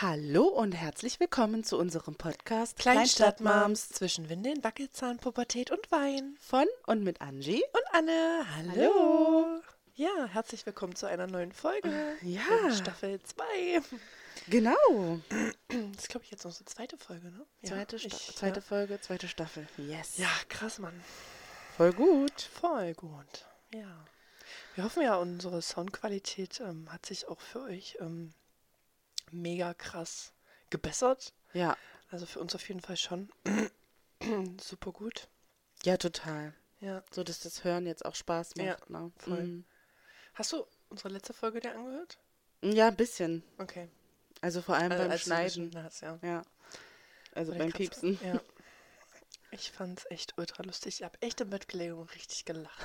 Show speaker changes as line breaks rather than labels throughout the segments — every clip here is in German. Hallo und herzlich willkommen zu unserem Podcast
Kleinstadtmoms zwischen Windeln, Wackelzahn, Pubertät und Wein.
von und mit Angie.
Und Anne, hallo. Ja, herzlich willkommen zu einer neuen Folge.
Ja.
In Staffel 2.
Genau.
Das ist, glaube ich, jetzt unsere zweite Folge, ne?
zweite
ich-
Sta zweite
ja.
Folge, zweite Staffel. Yes.
ja, krass, Mann.
voll gut.
Voll gut. Ja. Wir hoffen ja, unsere Soundqualität ähm, hat sich auch für euch ähm, mega krass gebessert.
Ja,
Also für uns auf jeden Fall schon. Super gut.
ja, total.
Ja.
So, dass das Hören jetzt auch Spaß macht.
Ja,
ne?
voll.
Mhm.
Hast du unsere letzte Folge dir angehört?
ja, ein bisschen.
Okay.
Also vor allem
Also
beim
als du
Schneiden.
geschnitten hast, ja.
Ja. Also
Wollte
beim
ich grad
Piepsen.
sagen. Ja. Ich fand's echt ultra lustig. Ich hab echt im Bett gelegen und richtig gelacht.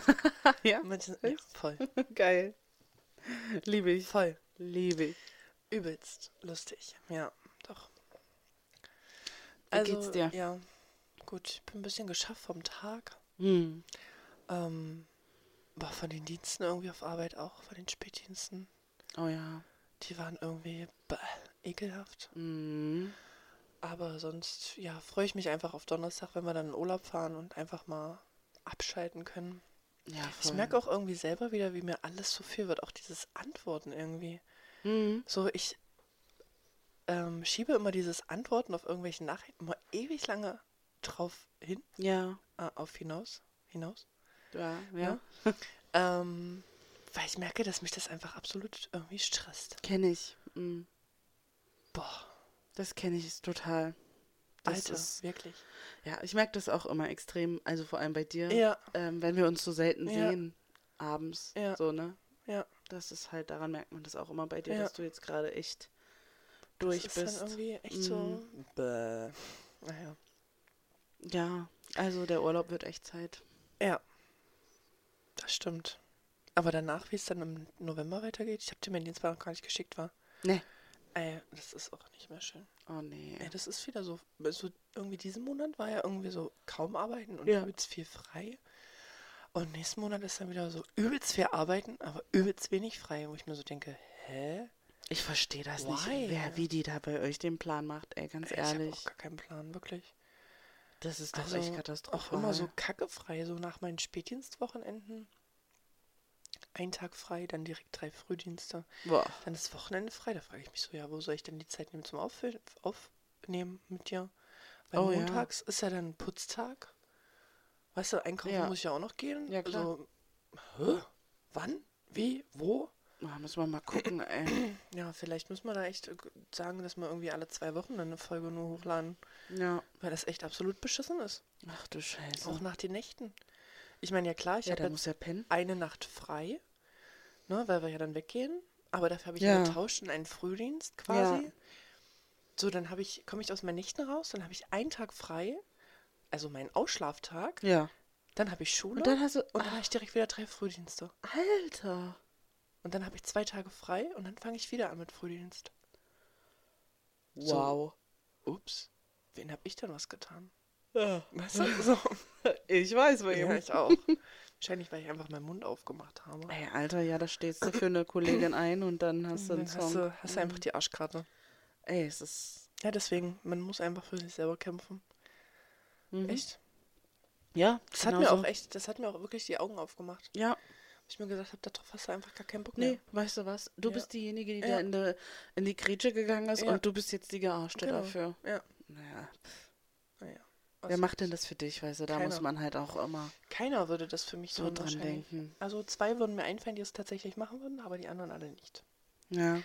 ja,
Manche, ja, voll.
geil. Liebe ich.
Voll.
Liebe ich.
Übelst lustig. Ja, doch. Also,
Wie geht's dir?
Ja. Gut, ich bin ein bisschen geschafft vom Tag.
Hm.
Ähm, aber von den Diensten irgendwie auf Arbeit auch, von den Spätdiensten.
Oh ja.
Die waren irgendwie bäh, ekelhaft.
Mhm.
Aber sonst, ja, freue ich mich einfach auf Donnerstag, wenn wir dann in Urlaub fahren und einfach mal abschalten können.
Ja, voll.
Ich merke auch irgendwie selber wieder, wie mir alles zu viel wird. Auch dieses Antworten irgendwie.
Mhm.
So, ich ähm, schiebe immer dieses Antworten auf irgendwelche Nachrichten mal ewig lange drauf hin,
Ja.
äh, auf hinaus, hinaus.
Ja, ja.
Ähm, weil ich merke, dass mich das einfach absolut irgendwie stresst.
Kenne ich. Mhm.
Boah,
Das kenne ich total. Das
Alter,
ist,
wirklich.
ja, ich merke das auch immer extrem, also vor allem bei dir,
Ja.
ähm, wenn wir uns so selten
Ja.
sehen, abends,
Ja.
so, ne?
Ja,
Das ist halt, daran merkt man das auch immer bei dir,
Ja.
dass du jetzt gerade echt
das
durch
ist
bist. mm,
dann irgendwie echt so. Bäh. Naja.
Ja, also der Urlaub wird echt Zeit.
Ja, das stimmt. Aber danach, wie es dann im November weitergeht, ich habe dir meinen Dienstplan noch gar nicht geschickt, war.
Ne.
Ey, das ist auch nicht mehr schön.
Oh nee.
Ey, das ist wieder so, so, irgendwie diesen Monat war ja irgendwie so kaum arbeiten und
Ja.
übelst viel frei. Und nächsten Monat ist dann wieder so übelst viel arbeiten, aber übelst wenig frei, wo ich mir so denke, hä?
Ich verstehe das
Why?
nicht, wer, wie die da bei euch den Plan macht, ey, ganz
Ey, ich
ehrlich.
habe auch gar keinen Plan, wirklich.
Das ist doch
Also,
echt
Auch
katastrophal.
immer so kackefrei, so nach meinen Spätdienstwochenenden. Ein Tag frei, dann direkt drei Frühdienste.
Boah.
Dann ist Wochenende frei. Da frage ich mich so, ja, wo soll ich denn die Zeit nehmen zum Auffü- Aufnehmen mit dir? Weil
Oh, ja.
montags ist ja dann Putztag. Weißt du, einkaufen
Ja.
muss ich ja auch noch gehen.
Ja, klar.
Also, hä? Wann? Wie? Wo?
Ah, müssen wir mal gucken, ey.
Ja, vielleicht müssen wir da echt äh, sagen, dass wir irgendwie alle zwei Wochen dann eine Folge nur hochladen,
ja.
weil das echt absolut beschissen ist.
Ach du Scheiße.
Auch nach den Nächten. Ich meine, ja klar, ich
ja,
habe
da
jetzt
muss ja pennen.
eine Nacht frei, ne, weil wir ja dann weggehen. Aber dafür habe ich
Ja.
ja. getauscht in einen Frühdienst quasi. So, dann habe ich, komme ich aus meinen Nächten raus, dann habe ich einen Tag frei, also meinen Ausschlaftag,
Ja.
dann habe ich Schule
Und
und
dann
dann,
hast du.
habe ich direkt wieder drei Frühdienste.
Alter.
Und dann habe ich zwei Tage frei und dann fange ich wieder an mit Frühdienst. So.
Wow.
Ups, wen habe ich denn was getan?
Ja.
Weißt du, so.
Ich weiß, weil
ja,
ja.
ich auch. Wahrscheinlich, weil ich einfach meinen Mund aufgemacht habe.
Ey, Alter, ja, da stehst du für eine Kollegin ein und dann hast du einen
Dann hast
Song. Mhm.
du, hast du einfach die Arschkarte.
Ey, es ist.
Ja, deswegen, man muss einfach für sich selber kämpfen.
Mhm.
Echt?
Ja,
Das hat mir auch echt, das hat mir auch wirklich die Augen aufgemacht.
genau Ja,
Weil ich mir gesagt habe, darauf hast du einfach gar keinen Bock mehr.
nee, weißt du was? Du
Ja.
bist diejenige, die
Ja.
da in, de, in die Grätsche gegangen ist
Ja.
und du bist jetzt die Gearschte
Genau.
dafür.
Ja. Ah,
Naja,
Naja.
wer macht denn das für dich, weißt du? Da muss
Keiner.
man halt auch immer
Keiner würde das für mich
so
tun,
dran
wahrscheinlich.
denken.
Also zwei würden mir einfallen, die es tatsächlich machen würden, aber die anderen alle nicht.
Ja,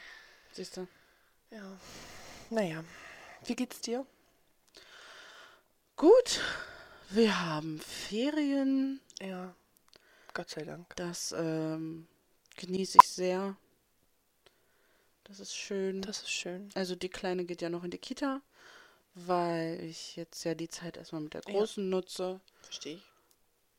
siehst du?
Ja. Naja. Wie geht's dir?
Gut, wir haben Ferien.
Ja. Gott sei Dank.
Das ähm, genieße ich sehr. Das ist schön.
Das ist schön.
Also die Kleine geht ja noch in die Kita, weil ich jetzt ja die Zeit erstmal mit der
Ja.
Großen nutze.
Verstehe ich.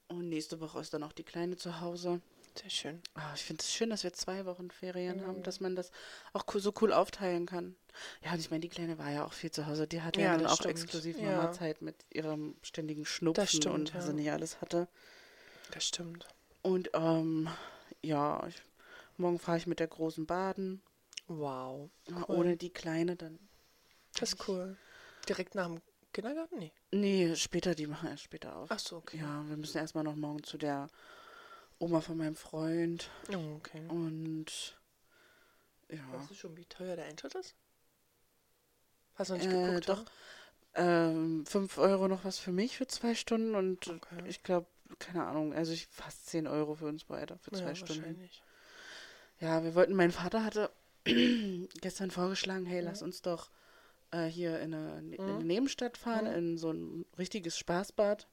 Und nächste Woche ist dann auch die Kleine zu Hause.
Sehr schön.
Ah, ich finde es schön, dass wir zwei Wochen Ferien haben,
Mhm.
dass man das auch co- so cool aufteilen kann. Ja, und ich meine, die Kleine war ja auch viel zu Hause. Die hatte ja,
Ja,
dann
das
auch
stimmt.
exklusiv
Ja.
Mama Zeit mit ihrem ständigen Schnupfen
stimmt,
und was
ja.
sie nicht alles hatte.
Das stimmt.
Und ähm, ja, ich, morgen fahre ich mit der Großen baden.
Wow.
Ja,
Cool.
Ohne die Kleine dann
Das ist cool. Direkt nach dem Kindergarten? Nee.
Nee, später, die machen erst später auf.
Ach so, okay.
Ja, wir müssen erstmal noch morgen zu der Oma von meinem Freund
Oh, okay.
und ja.
Weißt du schon, wie teuer der Eintritt ist? Hast du noch nicht
Äh,
geguckt?
doch. Ähm, 5 Euro noch was für mich für zwei Stunden und
Okay.
ich glaube, keine Ahnung, also ich fast 10 Euro für uns beide für
oder?
zwei
ja,
Stunden.
wahrscheinlich.
Ja, wir wollten, mein Vater hatte gestern vorgeschlagen, hey,
Mhm.
lass uns doch äh, hier in eine, in eine Nebenstadt fahren,
Mhm.
in so ein richtiges Spaßbad.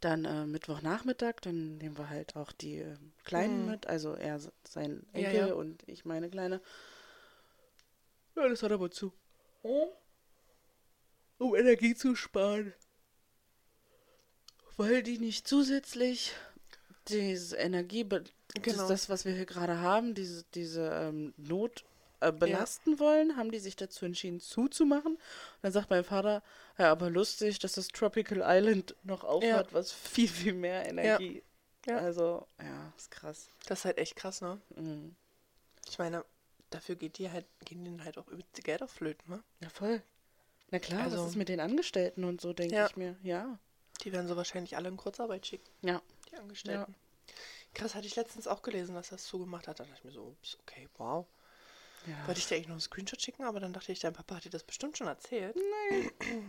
Dann äh, Mittwochnachmittag, dann nehmen wir halt auch die äh, Kleinen
Mhm.
mit, also er s- sein
Ja,
Enkel
ja.
und ich meine Kleine. Ja, das hat aber zu.
Oh.
Um Energie zu sparen. Weil die nicht zusätzlich dieses Energie,
Genau.
das, das, was wir hier gerade haben, diese, diese ähm, Not äh, belasten wollen, haben die sich dazu entschieden zuzumachen. Und dann sagt mein Vater, ja, aber lustig, dass das Tropical Island noch aufhat,
Ja.
was viel, viel mehr Energie.
Ja.
Also, ja, ist krass.
Das ist halt echt krass, ne?
Mhm.
Ich meine, dafür geht die halt, gehen denen halt auch über Geld auf Flöten, ne?
Ja, voll. Na klar,
Also-
was ist mit den Angestellten und so, denke
Ja.
ich mir. Ja.
Die werden so wahrscheinlich alle in Kurzarbeit schicken,
Ja.
die Angestellten. Krass, hatte ich letztens auch gelesen, dass das zugemacht hat. Da dachte ich mir so, ups, okay, wow.
ja.
Wollte ich dir eigentlich noch einen Screenshot schicken, aber dann dachte ich, dein Papa hat dir das bestimmt schon erzählt.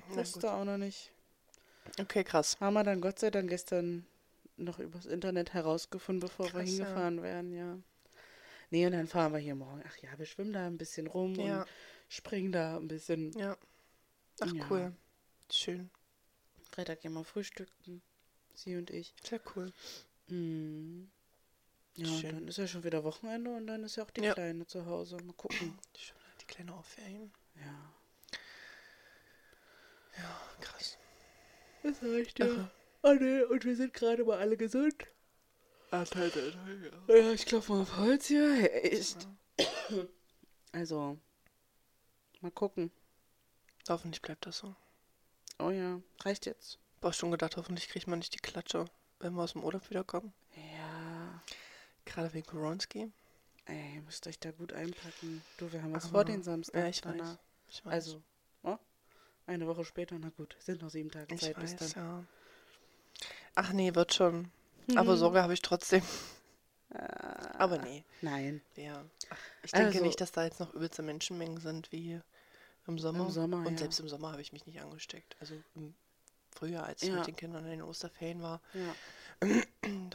Ich wusste auch noch nicht.
Okay, krass.
Haben wir dann Gott sei Dank gestern noch übers Internet herausgefunden, bevor wir
Krass, ja.
hingefahren wären, ja. Nee, und dann fahren wir hier morgen. Ach ja, wir schwimmen da ein bisschen rum
Ja.
und springen da ein bisschen.
Ja. Ach,
Ja.
cool. Schön.
Freitag gehen wir frühstücken. Sie und ich.
Sehr cool.
Mhm. Ja, und
Schön.
dann ist ja schon wieder Wochenende und dann ist ja auch die
Ja.
Kleine zu Hause. Mal gucken.
Schön, die kleine Aufferien.
Ja.
Ja, krass.
Das reicht ja. Oh ne, und wir sind gerade mal alle gesund. Ja, ich klopfe mal auf Holz hier. Echt. Also, mal gucken.
Hoffentlich bleibt das so.
Oh ja, reicht jetzt.
Ich habe schon gedacht, hoffentlich kriegt man nicht die Klatsche, wenn wir aus dem Urlaub wiederkommen.
Ja,
Gerade wegen Koronski.
ey, ihr müsst euch da gut einpacken. Du, wir haben was
Aber-
vor den Samstag.
Ja, ich
Dana.
weiß. Ich weiß.
Also, oh, eine Woche später, na gut, sind noch sieben Tage
ich
Zeit bis
weiß,
dann.
ja. Ach nee, wird schon. Aber
Mhm.
Sorge habe ich trotzdem. Aber nee.
Nein,
Ja. Ich denke
Ah. Also-
nicht, dass da jetzt noch übelste Menschenmengen sind wie im Sommer.
Im Sommer,
Und
ja.
selbst im Sommer habe ich mich nicht angesteckt. Also im Frühjahr, als ich
Ja.
mit den Kindern in den Osterferien war.
ja.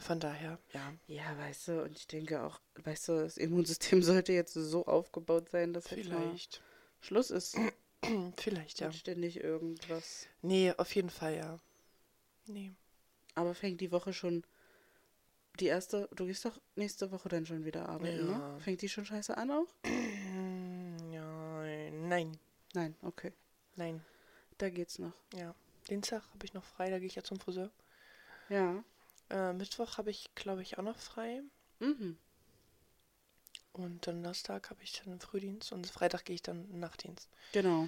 Von daher, ja.
Ja, weißt du, und ich denke auch, weißt du, das Immunsystem sollte jetzt so aufgebaut sein, dass jetzt mal
Vielleicht.
Schluss ist.
Vielleicht, ja.
Und ständig irgendwas.
Nee, auf jeden Fall, ja. Nee.
Aber fängt die Woche schon die erste, du gehst doch nächste Woche dann schon wieder arbeiten,
Ja.
ne? Fängt die schon scheiße an auch?
Mm, Ja, nein,
Nein, okay.
nein.
Da geht's noch.
Ja. Dienstag habe ich noch frei, da gehe ich ja zum Friseur.
Ja.
Äh, Mittwoch habe ich, glaube ich, auch noch frei.
Mhm.
Und Donnerstag habe ich dann einen Frühdienst und Freitag gehe ich dann einen Nachtdienst.
Genau.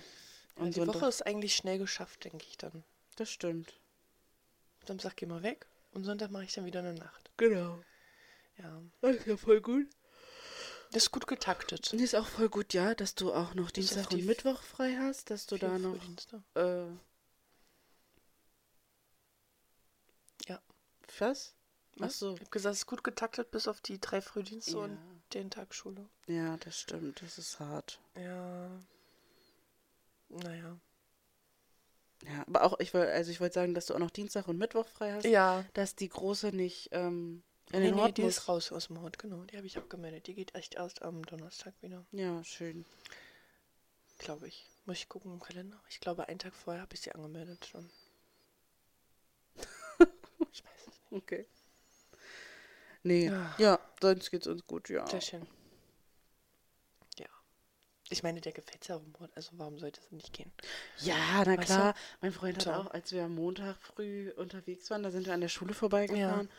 Ja, die
Sonntag-
Woche ist eigentlich schnell geschafft, denke ich dann.
Das stimmt.
Samstag gehen wir weg und Sonntag mache ich dann wieder eine Nacht.
Genau.
Ja.
Das ist ja voll gut.
Das ist gut getaktet.
Und ist auch voll gut, ja, dass du auch noch
Bis auf
Dienstag
die
und Mittwoch frei hast, dass du
Vier
da noch
Frühdienste.
äh,
Ja.
äh, Was? Ach
Was?
so.
Ich habe gesagt, es ist gut getaktet bis auf die drei Frühdienste
Ja.
und den Tag Schule.
Ja, das stimmt. Das ist hart.
Ja. Naja.
Ja, aber auch, ich wollte, also ich wollte sagen, dass du auch noch Dienstag und Mittwoch frei hast,
Ja.
dass die große nicht ähm, in
Nee,
den
nee,
Hort
die
muss.
ist raus aus dem Hort, genau. Die habe ich abgemeldet. Die geht echt erst am Donnerstag wieder,
Ja, schön.
glaube ich. Muss ich gucken im Kalender. Ich glaube, einen Tag vorher habe ich sie angemeldet schon. ich weiß es nicht.
Okay. Nee,
Ja.
ja, sonst geht's uns gut, ja.
Sehr schön. Ja. Ich meine, der gefällt ja auch im Hort. Also warum sollte es nicht gehen?
Ja, na
Weißt du?
klar. Mein Freund
So.
hat auch, als wir am Montag früh unterwegs waren, da sind wir an der Schule vorbeigefahren.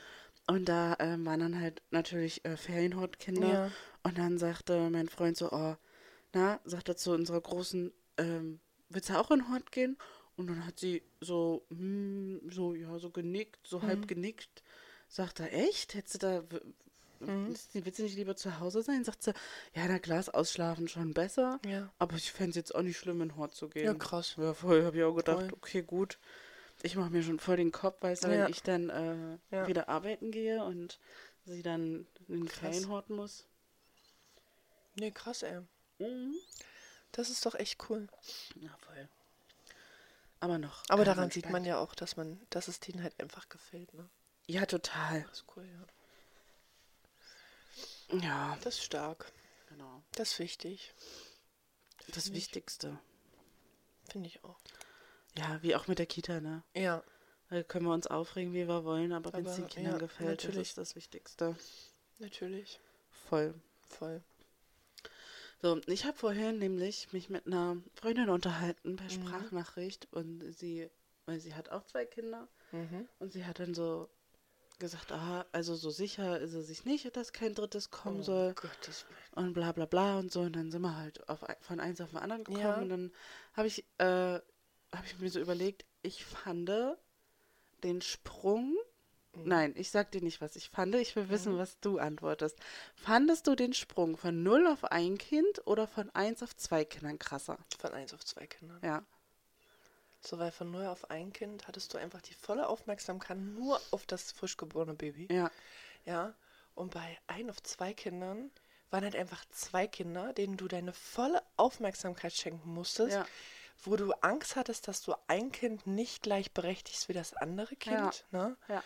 Und da ähm, waren dann halt natürlich äh, Ferienhortkinder.
Ja.
Und dann sagte mein Freund so, oh, na, sagt er zu unserer Großen, ähm, willst du auch in den Hort gehen? Und dann hat sie so,
Mhm.
hm, so, ja, so genickt, so halb genickt. Sagt er, echt? Hättest du da, w-
Mhm.
sie will sie nicht lieber zu Hause sein? Sagt sie, ja, na klar, ist ausschlafen schon besser.
Ja.
Aber ich fände es jetzt auch nicht schlimm, in Hort zu gehen.
Ja, krass.
Ja, voll, habe ich auch gedacht,
Voll.
okay, gut. Ich mache mir schon voll den Kopf, weißt du, wenn
Ja.
ich dann äh,
Ja.
wieder arbeiten gehe und sie dann in den
Krass.
Krähenhort muss.
Nee, krass, ey.
Mhm.
Das ist doch echt cool.
Ja, voll. Aber noch.
Aber
ganz
daran sieht
entspannt.
man ja auch, dass man, dass es denen halt einfach gefällt, ne?
Ja, total.
Das ist cool, ja.
Ja,
Das ist stark.
genau.
Das ist wichtig.
Das Wichtigste.
Finde ich auch.
Ja, wie auch mit der Kita, ne?
Ja.
Da können wir uns aufregen, wie wir wollen, aber wenn es
Aber,
den Kindern
ja,
gefällt,
natürlich.
das ist das Wichtigste.
Natürlich.
Voll.
Voll.
So, ich habe vorhin nämlich mich mit einer Freundin unterhalten per Sprachnachricht und sie, weil sie hat auch zwei Kinder
Mhm.
und sie hat dann so gesagt, ah, also so sicher ist sie sich nicht, dass kein drittes
Um Oh.
kommen soll
Gottes Willen.
und bla bla bla und so und dann sind wir halt auf, ein- von eins auf den anderen gekommen
Ja.
und dann habe ich, äh, habe ich mir so überlegt, ich fand den Sprung, nein, ich sag dir nicht, was ich fand, ich will wissen, was du antwortest. Fandest du den Sprung von 0 auf ein Kind oder von 1 auf zwei Kindern krasser?
Von eins auf zwei Kindern.
Ja.
So, weil von null auf ein Kind hattest du einfach die volle Aufmerksamkeit nur auf das frisch geborene Baby.
Ja,
Ja. Und bei ein auf zwei Kindern waren halt einfach zwei Kinder, denen du deine volle Aufmerksamkeit schenken musstest,
Ja.
wo du Angst hattest, dass du ein Kind nicht gleich berechtigst wie das andere
Ja.
Kind. Ne?
ja,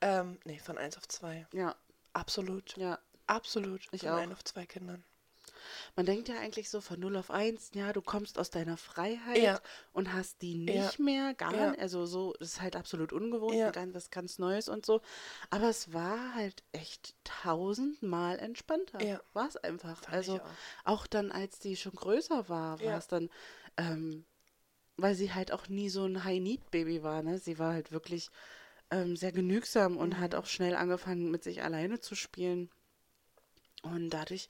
Ähm, nee, von eins auf zwei.
ja,
Absolut.
ja.
Absolut.
Ich
von
auch.
ein auf zwei Kindern.
Man denkt ja eigentlich so von 0 auf 1, ja, du kommst aus deiner Freiheit
Ja.
und hast die
Ja.
nicht mehr, gar
Ja.
nicht. Also so, das ist halt absolut ungewohnt,
Ja.
und ganz, was ganz Neues und so. Aber es war halt echt tausendmal entspannter.
Ja.
War es einfach.
Fand ich
also
auch.
auch dann, als die schon größer war, war
Ja.
es dann, ähm, weil sie halt auch nie so ein High-Need-Baby war, ne? Sie war halt wirklich ähm, sehr genügsam und hat auch schnell angefangen, mit sich alleine zu spielen. Und dadurch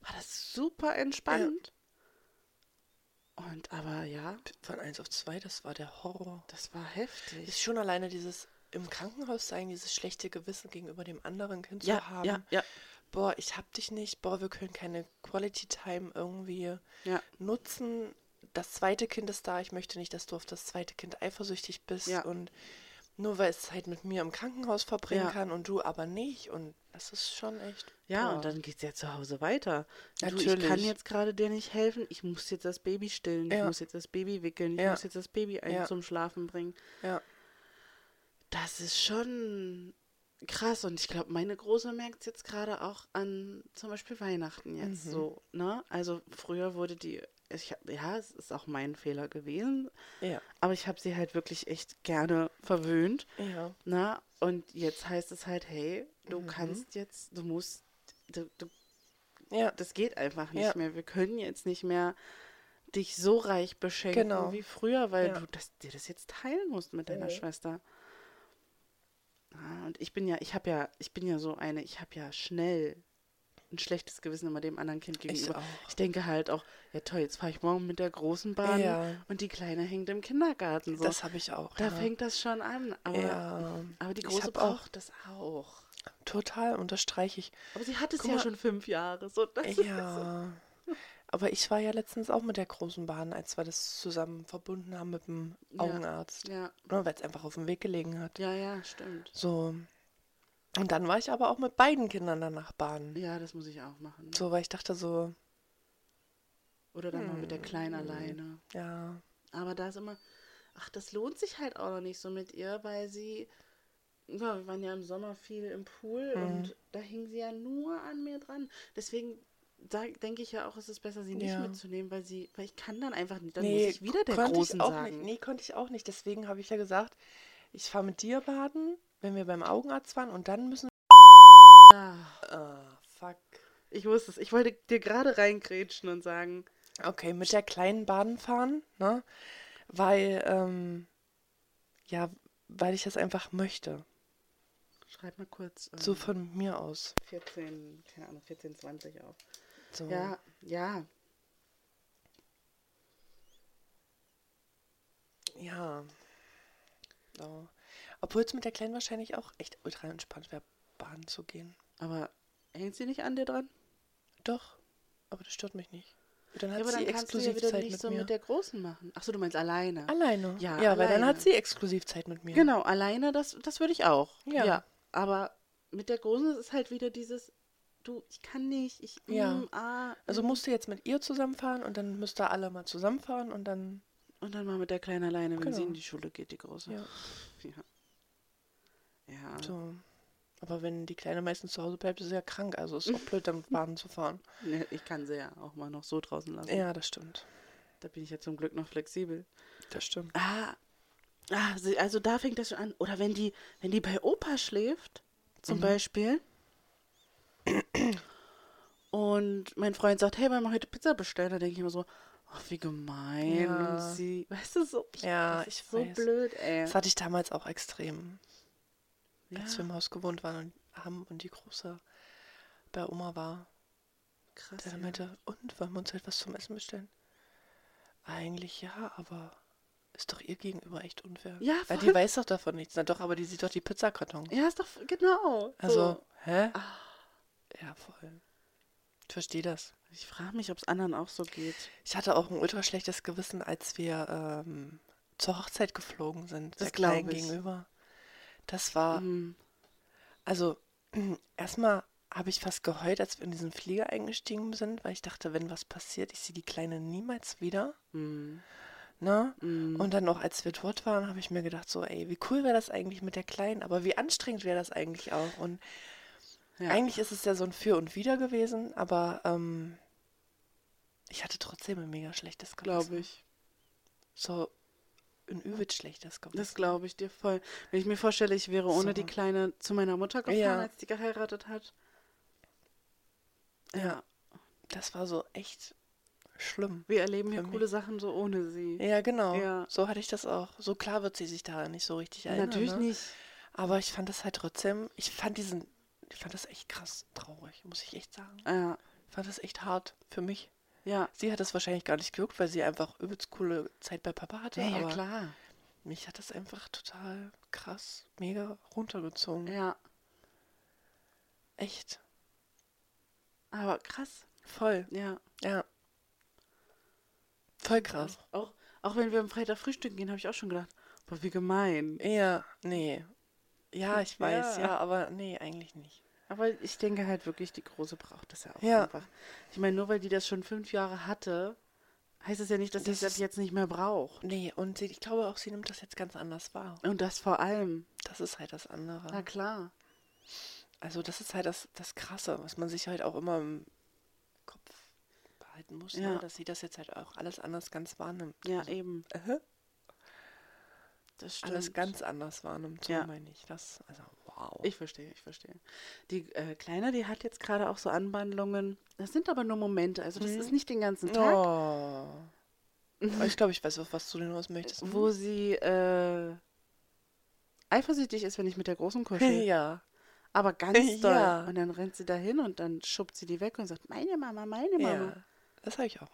war das super entspannt. Und aber ja,
Von eins auf zwei, das war der Horror.
das war heftig.
Ist schon alleine dieses im Krankenhaus sein, dieses schlechte Gewissen gegenüber dem anderen Kind zu haben.
ja,
Boah, ich hab dich nicht. Boah, wir können keine Quality Time irgendwie
ja,
nutzen. Das zweite Kind ist da. Ich möchte nicht, dass du auf das zweite Kind eifersüchtig bist.
Ja.
Und nur weil es halt mit mir im Krankenhaus verbringen
Ja.
kann und du aber nicht. Und das ist schon echt.
ja.
boah.
Und dann geht's ja zu Hause weiter. Du, ich kann
Natürlich.
jetzt gerade dir nicht helfen. Ich muss jetzt das Baby stillen. Ich
Ja.
muss jetzt das Baby wickeln. Ich
Ja.
muss jetzt das Baby ein
Ja.
zum Schlafen bringen.
Ja.
Das ist schon krass. Und ich glaube, meine Große merkt es jetzt gerade auch an zum Beispiel Weihnachten jetzt so. Ne? Also früher wurde die, ich hab, ja, es ist auch mein Fehler gewesen,
Ja.
aber ich habe sie halt wirklich echt gerne verwöhnt.
Ja.
Ne? Und jetzt heißt es halt, hey, du kannst jetzt, du musst, du, du,
Ja.
das geht einfach nicht
Ja.
mehr. Wir können jetzt nicht mehr dich so reich beschenken
Genau.
wie früher, weil
Ja.
du das, dir das jetzt teilen musst mit deiner
Mhm.
Schwester. Ah, und ich bin ja, ich habe ja, ich bin ja so eine, ich habe ja schnell ein schlechtes Gewissen immer dem anderen Kind gegenüber.
auch.
denke halt auch, ja toll, jetzt fahre ich morgen mit der großen Bahn
Ja.
und die Kleine hängt im Kindergarten. So.
Das habe ich auch.
da
ja.
fängt das schon an. Aber,
Ja.
aber die
Ich
Große
hab auch-
braucht das auch.
Total unterstreiche ich.
Aber sie hat es
Guck
ja
mal.
schon fünf Jahre. So, das ist-
Ja. Aber ich war ja letztens auch mit der großen Bahn, als wir das zusammen verbunden haben mit dem
Ja.
Augenarzt.
ja,
Oder Weil es einfach auf dem Weg gelegen hat.
ja, ja, stimmt.
So. Und dann war ich aber auch mit beiden Kindern danach Bahn.
Ja, das muss ich auch machen.
So, weil ich dachte so,
Oder dann mal mit
Hm.
der Kleinen alleine.
ja,
Aber da ist immer, ach, das lohnt sich halt auch noch nicht so mit ihr, weil sie, ja, wir waren ja im Sommer viel im Pool
Hm.
und da hing sie ja nur an mir dran. Deswegen da denke ich ja auch, es ist besser, sie nicht
Ja.
mitzunehmen, weil sie, weil ich kann dann einfach nicht, dann muss ich wieder der
konnte
Großen
ich auch
sagen.
Nicht. Nee, konnte ich auch nicht. Deswegen habe ich ja gesagt, ich fahre mit dir baden, wenn wir beim Augenarzt waren und dann müssen
Ah,
Ah, fuck.
ich wusste es, ich wollte dir gerade reingrätschen und sagen,
Okay, mit der kleinen Bahn fahren, ne? Weil, ähm, ja, weil ich das einfach möchte.
schreib mal kurz äh,
So von mir aus.
14, keine Ahnung, 14, 20 auf.
So.
Ja, ja,
Ja. So. Obwohl es mit der Kleinen wahrscheinlich auch echt ultra entspannt wäre, Bahn zu gehen.
Aber Hängt sie nicht an dir dran?
Doch, aber das stört mich nicht. Dann hat
ja, aber
sie
dann kannst du ja
exklusiv
wieder
Zeit
nicht
mit
so
mir.
mit der Großen machen. Achso, du meinst alleine.
alleine.
Ja,
Ja, weil dann
alleine.
hat sie exklusiv Zeit mit mir.
Genau, alleine, das, das würde ich auch.
Ja.
Aber mit der Großen ist es halt wieder dieses, du, ich kann nicht, ich,
Ja.
mm, ah,
Also musst du jetzt mit ihr zusammenfahren und dann müsst ihr alle mal zusammenfahren und dann.
Und dann mal mit der Kleinen alleine, wenn sie
Genau.
in die Schule geht, die Große.
Ja.
Ja. Ja.
So. Aber wenn die Kleine meistens zu Hause bleibt, ist sie ja krank. Also ist auch blöd, dann mit Bahn zu fahren.
Ne, Ich kann sie ja auch mal noch so draußen lassen.
Ja, das stimmt.
Da bin ich ja zum Glück noch flexibel.
Das stimmt.
Ah, ah, sie- also da fängt das schon an. Oder wenn die, wenn die bei Opa schläft,
Mhm.
zum Beispiel, und mein Freund sagt, hey, wollen wir heute Pizza bestellen? Da denke ich immer so, ach, wie gemein
Ja.
sie. Weißt du, so,
Ja,
das ist
ich
so
weiß.
blöd, ey.
Das hatte ich damals auch extrem,
Ja,
als wir im Haus gewohnt waren und haben und die große bei Oma war.
krass. ja.
Der dann meinte, und wollen wir uns halt was zum Essen bestellen? Eigentlich ja, aber ist doch ihr gegenüber echt unfair.
Ja,
Weil
voll.
die weiß doch davon nichts. Na doch, aber die sieht doch die Pizzakarton.
Ja, ist doch, genau.
Also,
So. Ah.
hä? Ja, voll. Ich verstehe das.
Ich frage mich, ob es anderen auch so geht.
Ich hatte auch ein ultra schlechtes Gewissen, als wir ähm, zur Hochzeit geflogen sind.
Das
der Kleinen
glaub ich.
gegenüber. Das war,
Mhm.
also erstmal habe ich fast geheult, als wir in diesen Flieger eingestiegen sind, weil ich dachte, wenn was passiert, ich sehe die Kleine niemals wieder.
Mhm.
Ne?
Mhm.
Und dann auch, als wir dort waren, habe ich mir gedacht, so, ey, wie cool wäre das eigentlich mit der Kleinen, aber wie anstrengend wäre das eigentlich auch? Und
Ja.
eigentlich ist es ja so ein Für und Wider gewesen, aber ähm, ich hatte trotzdem ein mega schlechtes Gewissen.
glaube ich.
So ein übelst schlechtes Gewissen.
Das glaube ich dir voll. Wenn ich mir vorstelle, ich wäre ohne
So.
die Kleine zu meiner Mutter gefahren,
Ja.
als die geheiratet hat. Ja.
Ja. Das war so echt schlimm.
Wir erleben hier
Für mich.
coole Sachen so ohne sie.
Ja, genau.
Ja.
So hatte ich das auch. So klar wird sie sich da nicht so richtig erinnern.
Natürlich
ne?
nicht.
Aber ich fand das halt trotzdem, ich fand diesen, ich fand das echt krass traurig, muss ich echt sagen.
Ja.
Ich fand das echt hart für mich.
Ja.
Sie hat das wahrscheinlich gar nicht gejuckt, weil sie einfach übelst coole Zeit bei Papa hatte.
Ja, ja,
aber
klar.
mich hat das einfach total krass, mega runtergezogen.
Ja.
Echt.
Aber krass.
Voll.
Ja.
Ja. Voll krass.
Auch, auch wenn wir am Freitag frühstücken gehen, habe ich auch schon gedacht, boah, wie gemein.
Ja, nee. Ja, ich weiß,
Ja.
ja, aber nee, eigentlich nicht.
Aber ich denke halt wirklich, die Große braucht das ja auch
Ja.
einfach. Ich meine, nur weil die das schon fünf Jahre hatte, heißt es ja nicht, dass sie
Das
es ab
ist-
jetzt nicht mehr braucht.
Nee, und sie, ich glaube auch, sie nimmt das jetzt ganz anders wahr.
Und das vor allem.
Das ist halt das andere.
Na klar.
Also das ist halt das, das Krasse, was man sich halt auch immer im Kopf behalten muss,
Ja.
ne? dass sie das jetzt halt auch alles anders ganz wahrnimmt.
Ja,
also,
eben.
äh,
Das stimmt.
alles ganz anders wahrnimmt, so
Ja.
meine ich. Das, also wow.
Ich verstehe, ich verstehe. Die äh, Kleine, die hat jetzt gerade auch so Anwandlungen. Das sind aber nur Momente. Also das
Mhm.
ist nicht den ganzen Tag,
oh. Aber ich glaube, ich weiß, auf was du hinaus möchtest.
wo sie äh, eifersüchtig ist, wenn ich mit der Großen kuschel.
ja.
Aber ganz doll.
Ja.
Und dann rennt sie dahin und dann schubbt sie die weg und sagt, meine Mama, meine Mama.
ja. Das habe ich auch.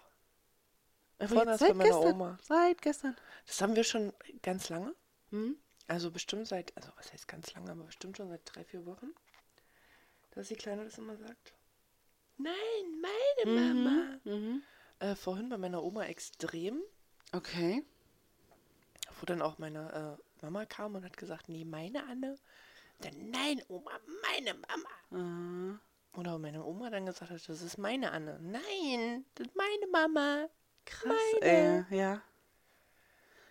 Aber
Vorhin
jetzt
war es
seit
bei meiner
gestern.
Oma.
Seit gestern.
Das haben wir schon ganz lange.
Hm?
Also bestimmt seit, also was heißt ganz lange, aber bestimmt schon seit drei, vier Wochen, dass die Kleine das immer sagt. Nein, meine Mama.
Mhm.
Äh, vorhin bei meiner Oma extrem,
Okay.
wo dann auch meine äh, Mama kam und hat gesagt, nee, meine Anne. Dann, nein, Oma, meine Mama.
Ah.
Oder meine Oma dann gesagt hat, das ist meine Anne. Nein, das ist meine Mama.
Krass, ey.
äh,
Ja.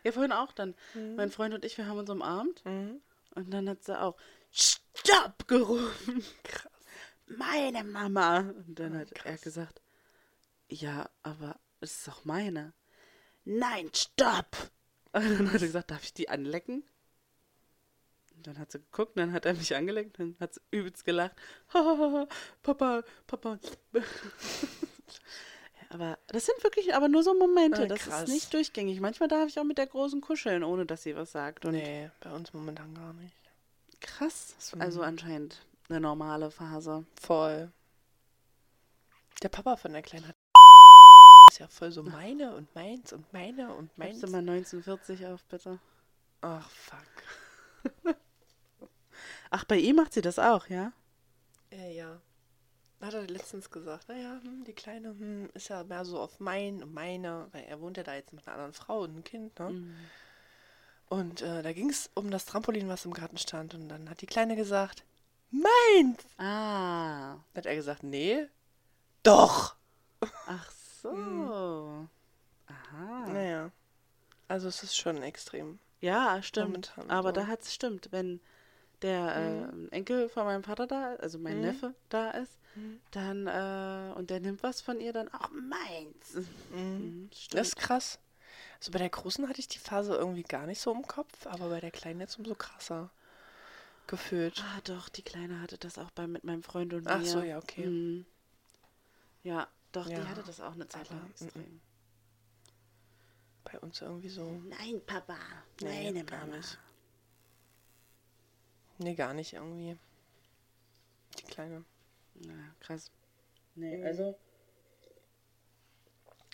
Ja, vorhin auch dann. Mein Freund und ich, wir haben uns umarmt.
Mhm.
Und dann hat sie auch Stopp gerufen. Krass. Meine Mama. Und dann hat er gesagt, ja, aber es ist doch meine. Nein, stopp. Und dann hat er gesagt, darf ich die anlecken? Und dann hat sie geguckt, und dann hat er mich angeleckt, dann hat sie übelst gelacht. Hahaha, Papa, Papa. aber das sind wirklich aber nur so Momente,
Ah,
das ist
krass.
nicht durchgängig. Manchmal darf ich auch mit der großen kuscheln, ohne dass sie was sagt. Und
Nee, bei uns momentan gar nicht.
Krass. Also anscheinend eine normale Phase.
Voll. Der Papa von der Kleinen hat ist ja voll so meine und meins und meine und
Meinst
meins.
du mal 1940 auf, bitte?
Ach, fuck.
Ach, bei ihr macht sie das auch, ja?
Äh, ja. hat er letztens gesagt, naja, hm, die Kleine hm, ist ja mehr so auf mein und meine, weil er wohnt ja da jetzt mit einer anderen Frau und einem Kind, ne? Und äh, da ging es um das Trampolin, was im Garten stand. Und dann hat die Kleine gesagt, meins!
Ah,
Dann hat er gesagt, nee, doch!
ach so. Aha.
Naja, also es ist schon extrem.
Ja, stimmt.
Momentan
Aber
so.
da hat es stimmt, wenn der äh, Enkel von meinem Vater da, also mein Neffe da ist, dann äh, und der nimmt was von ihr, dann auch meins. Mhm,
Das
stimmt.
ist krass. Also bei der Großen hatte ich die Phase irgendwie gar nicht so im Kopf, aber bei der Kleinen jetzt umso krasser gefühlt.
Ah, doch, die Kleine hatte das auch bei mit meinem Freund und mir.
Ach so, Ah, ja, okay.
Mhm. Ja, mm, doch,
Ja,
die hatte das auch eine Zeit lang
aber,
extrem.
Bei uns irgendwie so.
Nein, Papa.
Nee,
Nein,
gar
Mama.
nicht. Nee, gar nicht irgendwie. Die Kleine.
Ja, krass. Nee, also.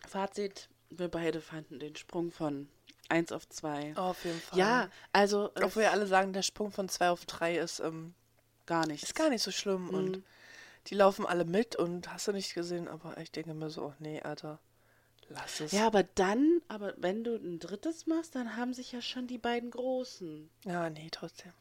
Fazit, wir beide fanden den Sprung von 1 auf 2.
Oh, Auf jeden Fall.
ja, also äh,
Obwohl ja alle sagen, der Sprung von 2 auf 3 ist, ähm,
gar nichts.
ist gar nicht so schlimm und die laufen alle mit und hast du nicht gesehen, aber ich denke mir so, oh nee, Alter, lass es.
Ja, aber dann, aber wenn du ein drittes machst, dann haben sich ja schon die beiden Großen.
ja nee, trotzdem.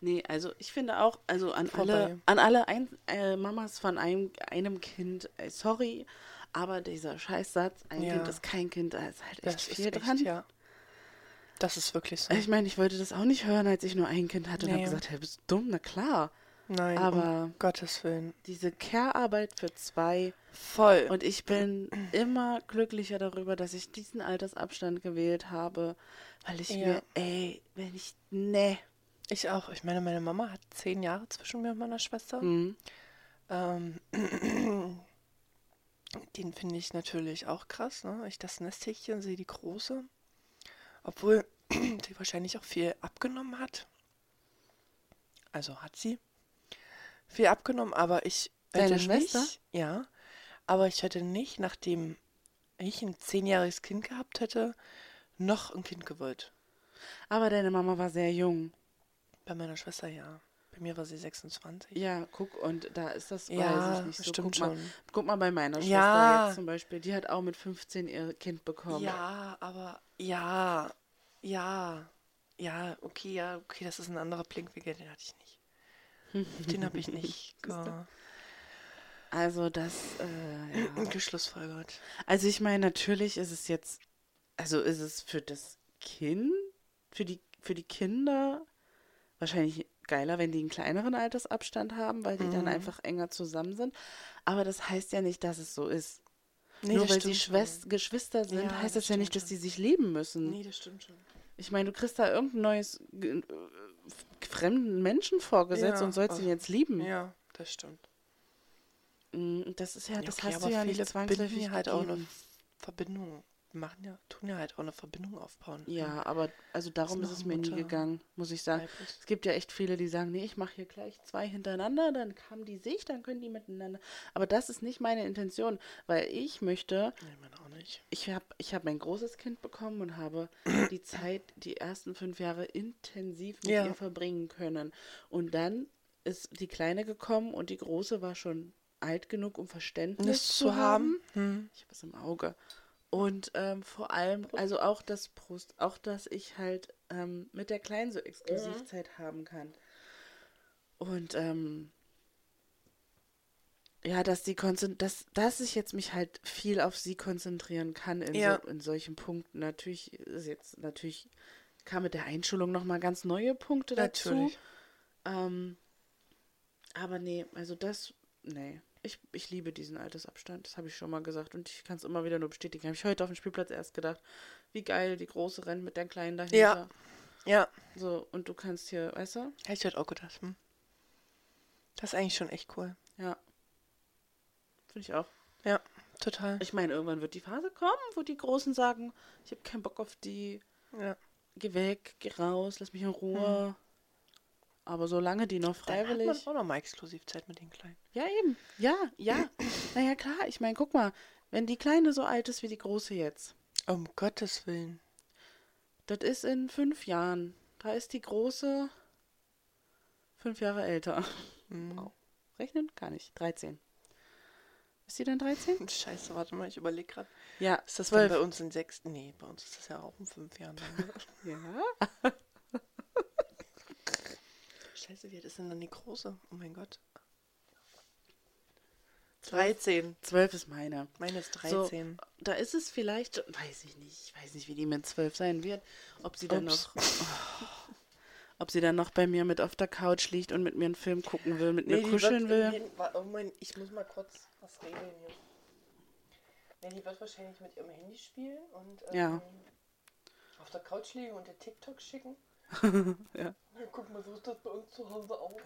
Nee, also ich finde auch, also an
Vorbei.
alle, an alle ein, äh, Mamas von einem, einem Kind, äh, sorry, aber dieser Scheißsatz, ein
Ja.
Kind ist kein Kind, da ist halt echt
Das ist
viel
echt,
dran.
ja. Das ist wirklich so.
Ich meine, ich wollte das auch nicht hören, als ich nur ein Kind hatte und
Nee.
habe gesagt, hey, bist du dumm? Na klar.
Nein,
aber-
um Gottes Willen.
Diese Care-Arbeit für zwei.
Voll.
Und ich bin immer glücklicher darüber, dass ich diesen Altersabstand gewählt habe, weil ich
Ja.
mir, ey, wenn ich, ne.
ich auch. Ich meine, meine Mama hat zehn Jahre zwischen mir und meiner Schwester.
Mhm.
Ähm, den finde ich natürlich auch krass, ne? Ich das Nesthäkchen sehe die große. Obwohl sie wahrscheinlich auch viel abgenommen hat. Also hat sie viel abgenommen, aber ich
Deine
hätte
Schwester?
nicht, ja, aber ich hätte nicht, nachdem ich ein zehnjähriges Kind gehabt hätte, noch ein Kind gewollt.
Aber deine Mama war sehr jung.
Bei meiner Schwester ja. Bei mir war sie 26.
Ja, guck, und da ist das,
Ja,
weiß ich nicht so.
stimmt
guck, Mal,
schon.
guck mal bei meiner Schwester
Ja.
jetzt zum Beispiel, die hat auch mit 15 ihr Kind bekommen.
Ja, aber ja, ja, ja, okay, ja, okay, das ist ein anderer Blinkwinkel, den hatte ich nicht. Den habe ich nicht ge
Also das, äh,
Ah.
ja.
geschlussfolgert.
Also ich meine, natürlich ist es jetzt, also ist es für das Kind, für die, für die Kinder wahrscheinlich geiler, wenn die einen kleineren Altersabstand haben, weil die dann
Mhm.
einfach enger zusammen sind. Aber das heißt ja nicht, dass es so ist.
Nee,
Nur
das
weil sie
stimmt
Schwest
schon.
Geschwister sind,
Ja,
heißt
das
das ja nicht,
stimmt
dass die sich leben müssen.
Nee, das stimmt schon.
Ich meine, du kriegst da irgendein neues ge- äh, fremden Menschen vorgesetzt
Ja,
und sollst
ach,
ihn jetzt lieben.
Hm. Ja, das stimmt.
Mm, Das ist ja, das
okay,
hast du
aber
ja
viele
nicht
binden
zwangsläufig
ja halt auch eine
gegeben.
Verbindung, machen ja, tun ja halt auch eine Verbindung aufbauen.
Ja, aber also darum ist
noch
es mir nie
Mutter-
gegangen, muss ich sagen.
Weiblich.
Es gibt ja echt viele, die sagen, nee, ich mache hier gleich zwei hintereinander, dann haben die sich, dann können die miteinander. Aber das ist nicht meine Intention, weil ich möchte,
Nee, meine auch nicht.
ich habe ich hab mein großes Kind bekommen und habe die Zeit, die ersten fünf Jahre intensiv mit
Ja.
ihr verbringen können. Und dann ist die Kleine gekommen und die Große war schon alt genug, um Verständnis
Nichts zu haben. Hm.
ich habe es im Auge. Und ähm, vor allem, also auch das Brust, auch dass ich halt ähm, mit der Kleinen so Exklusivzeit haben kann. Und ähm, ja, dass die konzen- dass, dass ich jetzt mich halt viel auf sie konzentrieren kann in,
Ja.
so, in solchen Punkten. Natürlich ist jetzt, natürlich kam mit der Einschulung nochmal ganz neue Punkte dazu.
Natürlich.
Ähm, aber nee, also das, nee. Ich, ich liebe diesen Altersabstand, das habe ich schon mal gesagt. Und ich kann es immer wieder nur bestätigen. Habe ich heute auf dem Spielplatz erst gedacht, wie geil, die Große rennt mit der Kleinen dahinter.
Ja,
So, und du kannst hier, weißt du?
hätte ich heute auch gedacht. Hm. Das ist eigentlich schon echt cool.
Ja. Finde ich auch.
Ja, total.
Ich meine, irgendwann wird die Phase kommen, wo die Großen sagen, ich habe keinen Bock auf die,
Ja.
geh weg, geh raus, lass mich in Ruhe. Aber solange die noch freiwillig.
Dann Hm. hat man auch noch mal Exklusivzeit mit den Kleinen.
Ja, eben. Ja, ja. naja, klar. Ich meine, guck mal, wenn die Kleine so alt ist wie die Große jetzt,
Um Gottes Willen.
das ist in fünf Jahren. Da ist die Große fünf Jahre älter.
Mhm.
Rechnen kann ich. 13. Ist sie dann 13?
Scheiße, warte mal, ich überlege gerade.
Ja,
Ist das
zwölf.
dann bei uns in sechs? Nee, bei uns ist das ja auch in fünf Jahren. dann, ne?
Ja.
Scheiße, wie alt ist denn dann die Große? Oh mein Gott. 13.
12 ist meine.
Meine ist
So,
13.
da ist es vielleicht, schon- weiß ich nicht, ich weiß nicht, wie die mit zwölf sein wird. Ob sie dann
Ups.
noch, oh, ob sie dann noch bei mir mit auf der Couch liegt und mit mir einen Film gucken will, mit mir
die
kuscheln
wird
will.
irgendwie- wa- Oh mein, ich muss mal kurz was regeln hier. Nee, die wird wahrscheinlich mit ihrem Handy spielen und ähm,
Ja.
auf der Couch liegen und ihr TikTok schicken.
Ja.
Na, Guck mal, so ist das bei uns zu Hause auch.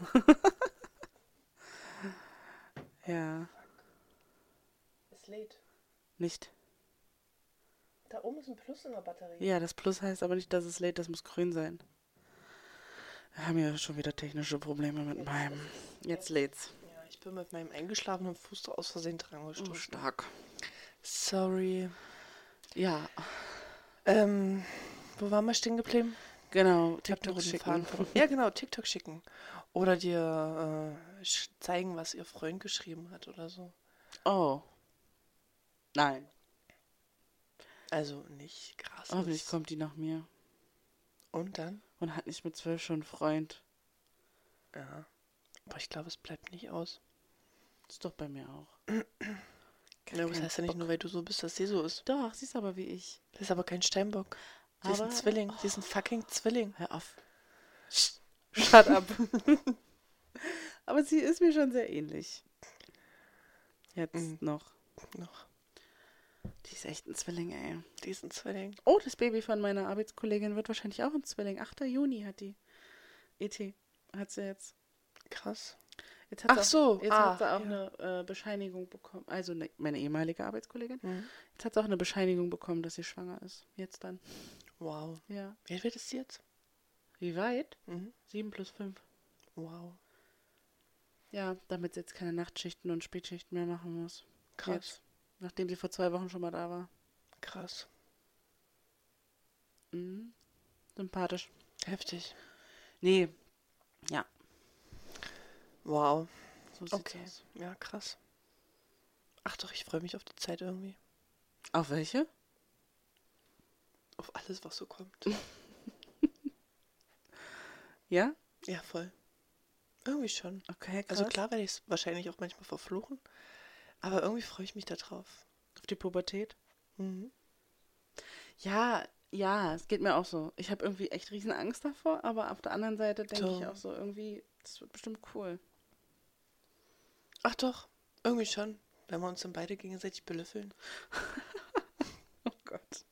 ja,
Es lädt.
nicht.
Da oben ist ein Plus in der Batterie.
Ja, das Plus heißt aber nicht, dass es lädt, das muss grün sein. Wir haben ja schon wieder technische Probleme mit meinem. Jetzt lädt's.
Ja, ich bin mit meinem eingeschlafenen Fuß aus Versehen dran
Oh,
gestoßen.
stark.
Sorry.
Ja,
Ähm, wo waren wir stehen geblieben?
genau.
Ich hab den
TikTok
roten
schicken.
Faden verloren. Ja, genau, TikTok schicken. Oder dir äh, sch- zeigen, was ihr Freund geschrieben hat oder so.
Oh. Nein.
Also nicht krass.
Hoffentlich kommt die nach mir
Und dann?
und hat nicht mit zwölf schon einen Freund.
Ja. Aber ich glaube, es bleibt nicht aus.
Ist doch bei mir auch.
Ja, aber das
keinen
heißt ja nicht nur, weil du so bist, dass sie so ist.
Doch, sie ist aber wie ich.
Das ist aber kein Steinbock. Sie ist ein
Aber-
Zwilling. Sie ist ein fucking Zwilling.
Hör auf. Shut up. aber sie ist mir schon sehr ähnlich. Jetzt
Mhm.
noch.
Noch.
Die ist echt ein Zwilling, ey.
Die ist ein Zwilling.
Oh, das Baby von meiner Arbeitskollegin wird wahrscheinlich auch ein Zwilling. 8. Juni hat die ET. Hat sie jetzt.
Krass.
jetzt hat sie
Ach
auch-
so,
Jetzt
ah,
hat sie auch
ja.
eine äh, Bescheinigung bekommen. Also ne, meine ehemalige Arbeitskollegin.
Mhm.
Jetzt hat sie auch eine Bescheinigung bekommen, dass sie schwanger ist. Jetzt dann.
Wow.
Ja.
Wie alt wird es jetzt?
Wie weit?
Mhm.
7 plus 5.
Wow.
Ja, damit sie jetzt keine Nachtschichten und Spätschichten mehr machen muss.
Krass.
Jetzt, nachdem sie vor zwei Wochen schon mal da war.
Krass.
Mhm. Sympathisch.
Heftig.
Nee. Ja,
Wow.
so sieht's
Okay.
aus.
Ja, krass. Ach doch, ich freue mich auf die Zeit irgendwie.
Auf welche?
Auf alles, was so kommt.
Ja?
Ja, voll. Irgendwie schon.
Okay, krass.
Also klar werde ich es wahrscheinlich auch manchmal verfluchen, aber irgendwie freue ich mich da drauf.
Auf die Pubertät?
Mhm.
Ja, ja, es geht mir auch so. Ich habe irgendwie echt riesen Angst davor, aber auf der anderen Seite denke
So.
ich auch so, irgendwie, das wird bestimmt cool.
Ach doch, irgendwie schon. Wenn wir uns dann beide gegenseitig belüffeln
Oh Gott.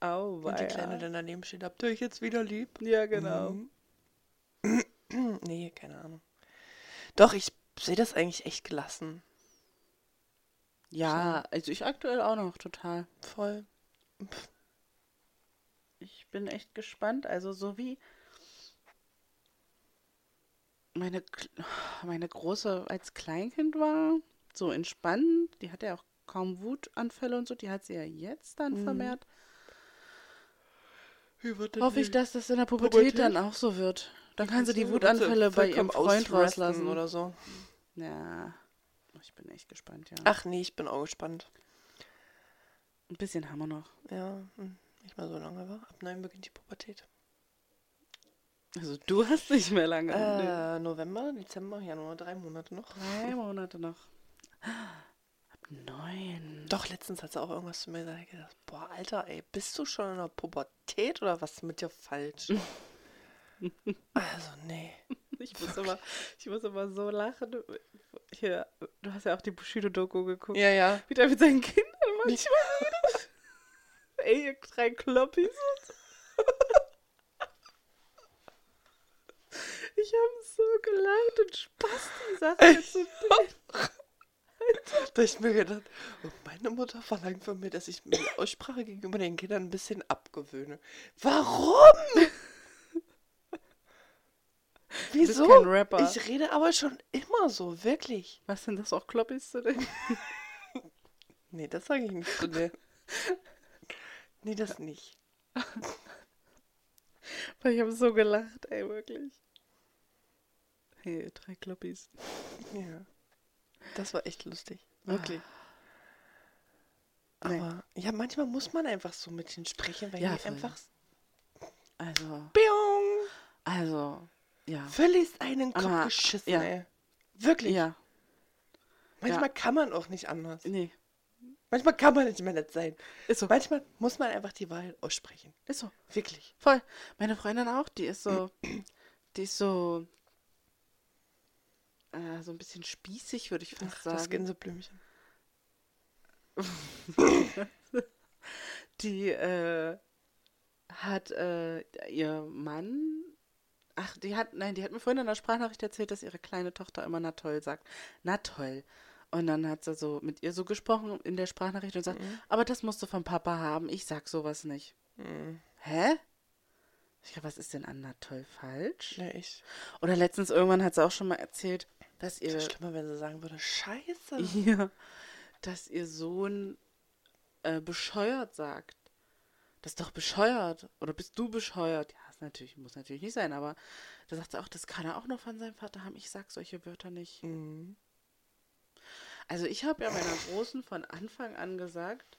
Au,
und die Kleine dann daneben steht, habt ihr euch jetzt wieder lieb?
Ja, genau.
Mhm. nee, keine Ahnung. Doch, ich sehe das eigentlich echt gelassen.
Ja, also ich aktuell auch noch total.
Voll.
Ich bin echt gespannt. Also so wie meine, Kl- meine große als Kleinkind war, so entspannt, die hatte ja auch kaum Wutanfälle und so, die hat sie ja jetzt dann
Mhm.
vermehrt.
Wie wird denn
Hoffe ich,
die-
dass das in der Pubertät,
Pubertät?
dann auch so wird. Dann kann sie die
Kannst du bitte
Wutanfälle bei ihrem
vollkommen
Freund
ausrasten
rauslassen.
oder so.
Ja, ich bin echt gespannt, ja.
Ach nee, ich bin auch gespannt.
Ein bisschen haben wir noch.
Ja, hm, nicht mal so lange war. Ab neun beginnt die Pubertät.
Also du hast nicht mehr lange. Nee.
Äh, November, Dezember, Januar, drei Monate noch.
Drei Monate noch. Ab neun.
Doch, letztens hat sie auch irgendwas zu mir gesagt. Ich hab gedacht, boah, Alter, ey, bist du schon in der Pubertät oder was ist mit dir falsch? also, nee.
Ich muss, immer, ich muss immer so lachen. Hier, du hast ja auch die Bushido-Doku geguckt.
Ja, ja.
Wie der mit seinen Kindern manchmal redet. Ey, ihr drei Kloppis. und so. Ich habe so gelacht und Spaß, die Sache jetzt so
Da hab ich mir gedacht, oh, meine Mutter verlangt von mir, dass ich mir die Aussprache gegenüber den Kindern ein bisschen abgewöhne. Warum?
bist
Wieso?
kein Rapper.
Ich rede aber schon immer so, wirklich.
Was sind das auch Kloppis zu denn?
Nee, das sage ich nicht zu dir. Nee, das nicht.
Weil ich habe so gelacht, ey, wirklich. Hey, drei Kloppis.
Ja. Das war echt lustig. Wirklich.
Nee.
Aber ja, manchmal muss man einfach so mit denen sprechen, weil
Ja,
die
voll.
einfach.
Also,
Biong!
also, ja.
Völlig einen Kopf
Aber-
geschissen,
ja.
ey. Wirklich.
Ja,
Manchmal kann man auch nicht anders.
nee.
Manchmal kann man nicht mehr nett sein.
Ist so.
Manchmal muss man einfach die Wahrheit aussprechen.
Ist so.
Wirklich.
Voll. Meine Freundin auch, die ist so, die ist so, äh, so ein bisschen spießig, würde ich fast
Ach, das
sagen.
Gänseblümchen.
Die äh, hat äh, ihr Mann, ach, die hat, nein, die hat mir vorhin in der Sprachnachricht erzählt, dass ihre kleine Tochter immer na toll sagt. Na toll. Und dann hat sie so mit ihr so gesprochen in der Sprachnachricht und sagt,
Mhm.
aber das musst du vom Papa haben, ich sag sowas nicht.
Hm,
Hä? Ich glaube, was ist denn an na toll falsch?
Ja, ich.
Oder letztens irgendwann hat sie auch schon mal erzählt, dass
Das
ihr,
wäre schlimmer, wenn sie sagen würde, scheiße.
ihr, dass ihr Sohn äh, bescheuert sagt. Das ist doch bescheuert. Oder bist du bescheuert? Ja, ist natürlich, muss natürlich nicht sein, aber da sagt sie auch, das kann er auch noch von seinem Vater haben. Ich sag solche Wörter nicht.
Mhm.
Also ich habe ja meiner Großen von Anfang an gesagt,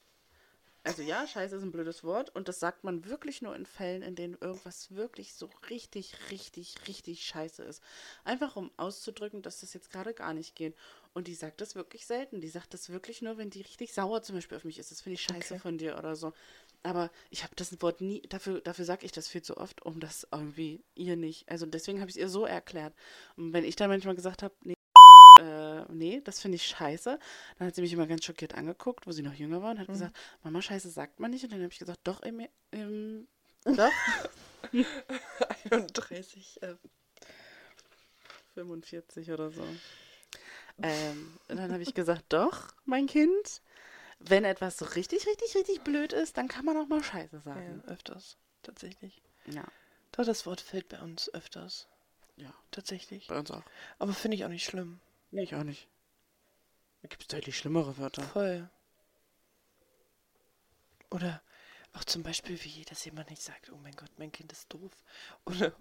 also ja, scheiße ist ein blödes Wort und das sagt man wirklich nur in Fällen, in denen irgendwas wirklich so richtig, richtig, richtig scheiße ist. Einfach um auszudrücken, dass das jetzt gerade gar nicht geht. Und die sagt das wirklich selten. Die sagt das wirklich nur, wenn die richtig sauer zum Beispiel auf mich ist. Das finde ich scheiße
Okay.
von dir oder so. Aber ich habe das Wort nie, dafür, dafür sage ich das viel zu oft, um das irgendwie ihr nicht. Also deswegen habe ich es ihr so erklärt. Und wenn ich dann manchmal gesagt habe, nee, äh, nee, das finde ich scheiße. Dann hat sie mich immer ganz schockiert angeguckt, wo sie noch jünger war und hat gesagt, Mama, scheiße sagt man nicht. Und dann habe ich gesagt, doch, im, im, doch,
31. Äh,
45 oder so. Ähm, und dann habe ich gesagt, doch, mein Kind, wenn etwas so richtig, richtig, richtig blöd ist, dann kann man auch mal scheiße
ja,
sagen.
öfters. Tatsächlich.
Ja,
Doch, das Wort fällt bei uns öfters.
ja,
Tatsächlich.
bei uns auch.
Aber finde ich auch nicht schlimm.
Nee, ich auch nicht. Da gibt es deutlich schlimmere Wörter.
Voll. Oder auch zum Beispiel, wie dass jemand nicht sagt, oh mein Gott, mein Kind ist doof. Oder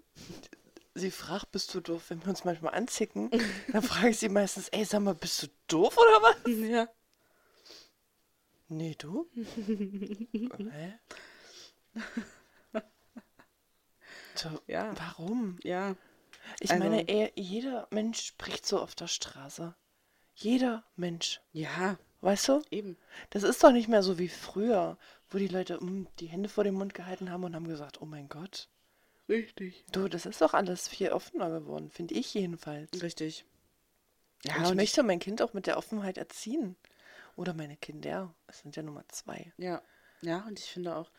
sie fragt, bist du doof, wenn wir uns manchmal anzicken, dann frage ich sie meistens, ey, sag mal, bist du doof oder was?
Ja.
Nee, du? Hä? So,
Ja.
Warum?
Ja.
Ich
Also-
meine, er, jeder Mensch spricht so auf der Straße. Jeder Mensch.
Ja,
Weißt du?
eben.
Das ist doch nicht mehr so wie früher, wo die Leute mm, die Hände vor den Mund gehalten haben und haben gesagt, oh mein Gott.
Richtig.
Du, das ist doch alles viel offener geworden, finde ich jedenfalls.
Richtig.
Ja, und ich möchte mein Kind auch mit der Offenheit erziehen. Oder meine Kinder. Es sind ja Nummer zwei.
Ja. Ja, und ich finde auch,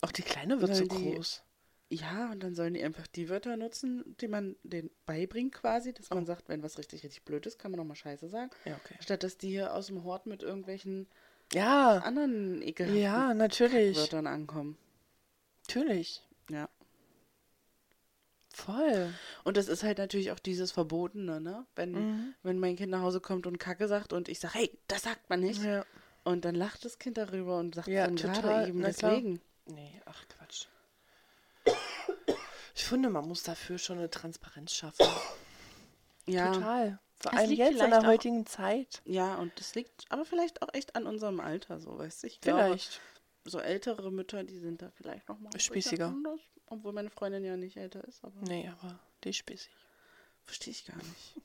Auch die Kleine wird
Weil
so
die-
groß.
ja, und dann sollen die einfach die Wörter nutzen, die man denen beibringt quasi, dass man sagt, wenn was richtig, richtig blöd ist, kann man nochmal Scheiße sagen.
Ja, okay.
Statt dass die hier aus dem Hort mit irgendwelchen
Ja,
anderen ekelhaften
ja, natürlich.
Wörtern ankommen.
Natürlich.
Ja.
Voll.
Und das ist halt natürlich auch dieses Verbotene, ne? Wenn,
Mhm.
wenn mein Kind nach Hause kommt und Kacke sagt und ich sage, hey, das sagt man nicht.
Ja.
Und dann lacht das Kind darüber und sagt
Ja,
dann
total,
gerade eben
na klar.
deswegen.
Nee, ach Quatsch. Ich finde, man muss dafür schon eine Transparenz schaffen.
Ja.
Total. Vor
Es
allem
liegt
jetzt in
vielleicht
der
auch-
heutigen Zeit.
Ja, und das liegt aber vielleicht auch echt an unserem Alter, so weißt du. Ich glaube,
Vielleicht.
so ältere Mütter, die sind da vielleicht noch mal ein bisschen
Spießiger.
anders, obwohl meine Freundin ja nicht älter ist, aber
Nee, aber die ist spießig.
Hm. verstehe ich gar nicht.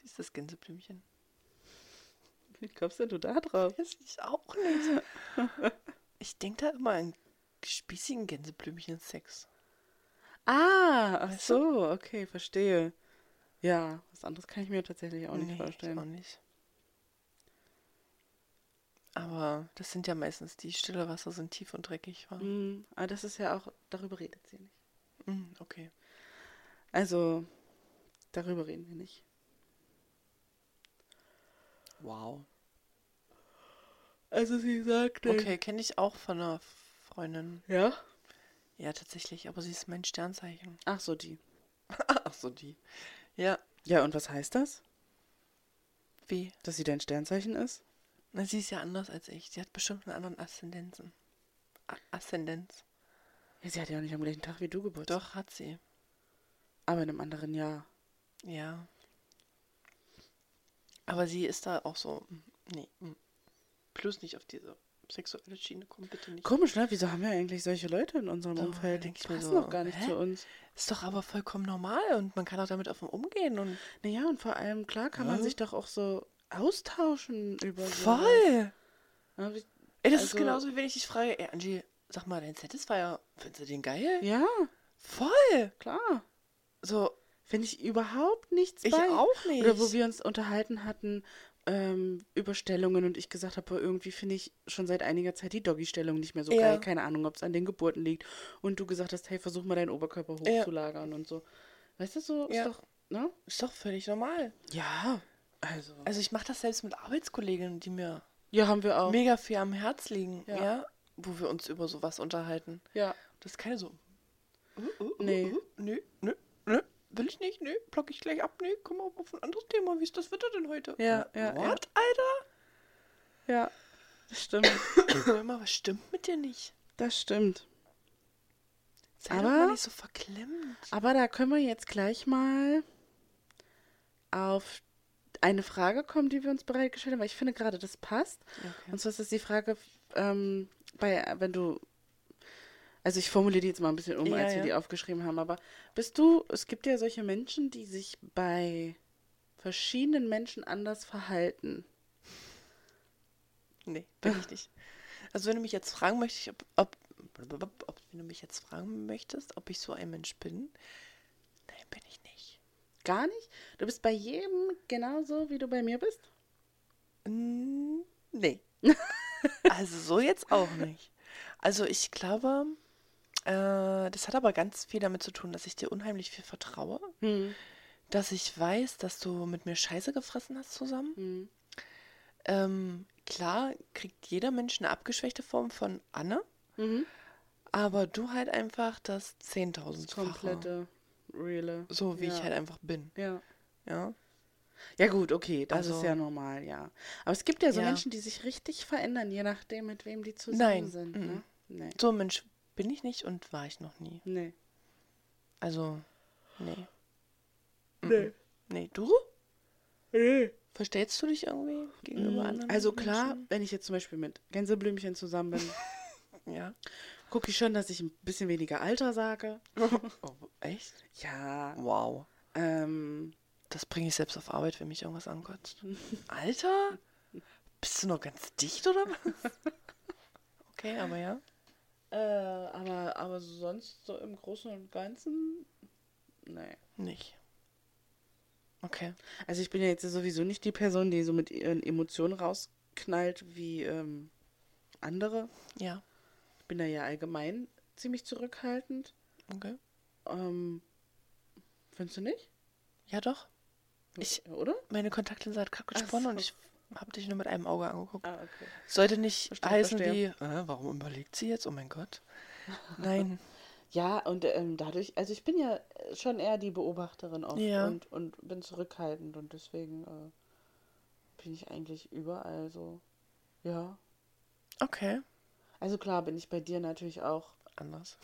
Sie ist das Gänseblümchen.
Wie kommst denn du da drauf?
Das ist auch nicht. Ich denke da immer an spießigen Gänseblümchen-Sex.
Ah, ach
Weißt du?
so, okay, verstehe. Ja, was anderes kann ich mir tatsächlich auch nicht
Nee, Ich auch
vorstellen.
nicht. Aber das sind ja meistens die stille Wasser sind tief und dreckig. Wa?
Hm, aber das ist ja auch, darüber redet sie nicht.
Mm, okay.
Also, darüber reden wir nicht.
Wow.
Also sie sagte.
Okay, kenne ich auch von einer Freundin.
Ja?
Ja, tatsächlich, aber sie ist mein Sternzeichen.
Ach so, die.
Ach so, die. Ja,
Ja, und was heißt das?
wie?
Dass sie dein Sternzeichen ist?
Na, sie ist ja anders als ich. Sie hat bestimmt einen anderen Aszendenzen. A Aszendenz.
Ja, sie hat ja auch nicht am gleichen Tag wie du Geburtstag.
Doch, hat sie.
aber in einem anderen Jahr.
Ja. Aber sie ist da auch so, mm, nee, mm. plus nicht auf diese sexuelle Schiene, kommt bitte nicht.
Komisch, ne? Wieso haben wir eigentlich solche Leute in unserem
So,
Umfeld? Die
denk ich mir
passen
so,
doch gar nicht
hä?
zu uns.
Ist doch aber vollkommen normal und man kann auch damit offen umgehen und
Naja, und vor allem, klar, kann man
Ja.
sich doch auch so austauschen über sowas.
voll.
Ja, wie-
Ey, das
Also-
ist genauso, wie wenn ich dich frage, ey, Angie, sag mal, dein Satisfier, findest du den geil?
Ja,
Voll.
klar.
So,
Finde ich überhaupt nichts
ich
bei.
auch nicht.
Oder wo wir uns unterhalten hatten ähm, über Stellungen und ich gesagt habe, irgendwie finde ich schon seit einiger Zeit die Doggy-Stellung nicht mehr so
Ja.
geil. Keine Ahnung, ob es an den Geburten liegt. Und du gesagt hast, hey, versuch mal deinen Oberkörper
Ja.
hochzulagern und so. Weißt du, so
Ja.
ist doch, ne?
ist doch völlig normal.
Ja, also.
Also ich mache das selbst mit Arbeitskolleginnen, die mir
Ja, haben wir auch.
mega viel am Herz liegen,
Ja.
ja. wo wir uns über sowas unterhalten.
ja.
Das ist keine so. Uh, uh, uh,
Nee.
Uh, nö, nö, nö. Will ich nicht, nö. Block ich gleich ab, nö. Komm mal auf ein anderes Thema. Wie ist das Wetter denn heute?
Ja,
Äh,
ja, ja.
What, Alter?
Ja, das stimmt.
Hör mal, was stimmt mit dir nicht?
Das stimmt.
Sei doch
Aber-
mal nicht so verklemmt.
Aber da können wir jetzt gleich mal auf eine Frage kommen, die wir uns bereitgestellt haben, weil ich finde gerade, das passt. Und zwar ist das die Frage, ähm, bei, wenn du, also ich formuliere die jetzt mal ein bisschen um,
Ja,
als wir
ja.
die aufgeschrieben haben, aber bist du, es gibt ja solche Menschen, die sich bei verschiedenen Menschen anders verhalten.
Nee, bin ich nicht. Also wenn du mich jetzt fragen möchtest, ob, ob, ob wenn du mich jetzt fragen möchtest, ob ich so ein Mensch bin, nein, bin ich nicht.
Gar nicht? Du bist bei jedem genauso, wie du bei mir bist?
Mm, Nee. Also so jetzt auch nicht. Also ich glaube, äh, das hat aber ganz viel damit zu tun, dass ich dir unheimlich viel vertraue,
Hm.
dass ich weiß, dass du mit mir Scheiße gefressen hast zusammen.
Hm.
Ähm, klar kriegt jeder Mensch eine abgeschwächte Form von Anne,
Mhm.
aber du halt einfach das 10.000
Komplette, reale.
So wie
ja.
ich halt einfach bin.
Ja.
Ja.
Ja, gut, okay, das
Also-
ist ja normal, ja. Aber es gibt ja so
Ja.
Menschen, die sich richtig verändern, je nachdem, mit wem die zusammen
Nein,
sind.
mhm.
Ne? Nee.
So ein Mensch bin ich nicht und war ich noch nie.
Nee.
Also, nee.
Nee.
Nee, du? Verstellst du dich irgendwie Äh, gegenüber anderen?
Also klar,
Menschen?
wenn ich jetzt zum Beispiel mit Gänseblümchen zusammen bin,
Ja.
gucke ich schon, dass ich ein bisschen weniger Alter sage.
Oh, echt?
Ja.
Wow.
Ähm,
Das bringe ich selbst auf Arbeit, wenn mich irgendwas ankotzt. Alter? Bist du noch ganz dicht oder was? Okay, aber ja.
äh, aber, aber sonst so im Großen und Ganzen, nee.
Nicht. Okay.
Also ich bin ja jetzt sowieso nicht die Person, die so mit ihren Emotionen rausknallt wie ähm, andere.
Ja.
Ich bin da ja allgemein ziemlich zurückhaltend.
Okay.
Ähm, findest du nicht?
Ja, doch. Ich-
Oder?
Meine Kontaktlinse hat kacke
Ach
gesponnen
so.
und ich habe dich nur mit einem Auge angeguckt.
Ah, okay.
Sollte nicht
Verstehe,
heißen
verstehe.
wie, äh, warum überlegt sie jetzt? Oh mein Gott. Nein.
Ja, und ähm, dadurch, also ich bin ja äh, schon eher die Beobachterin oft
Ja.
und, und bin zurückhaltend und deswegen äh, bin ich eigentlich überall so. Ja.
Okay.
Also klar bin ich bei dir natürlich auch
Anders.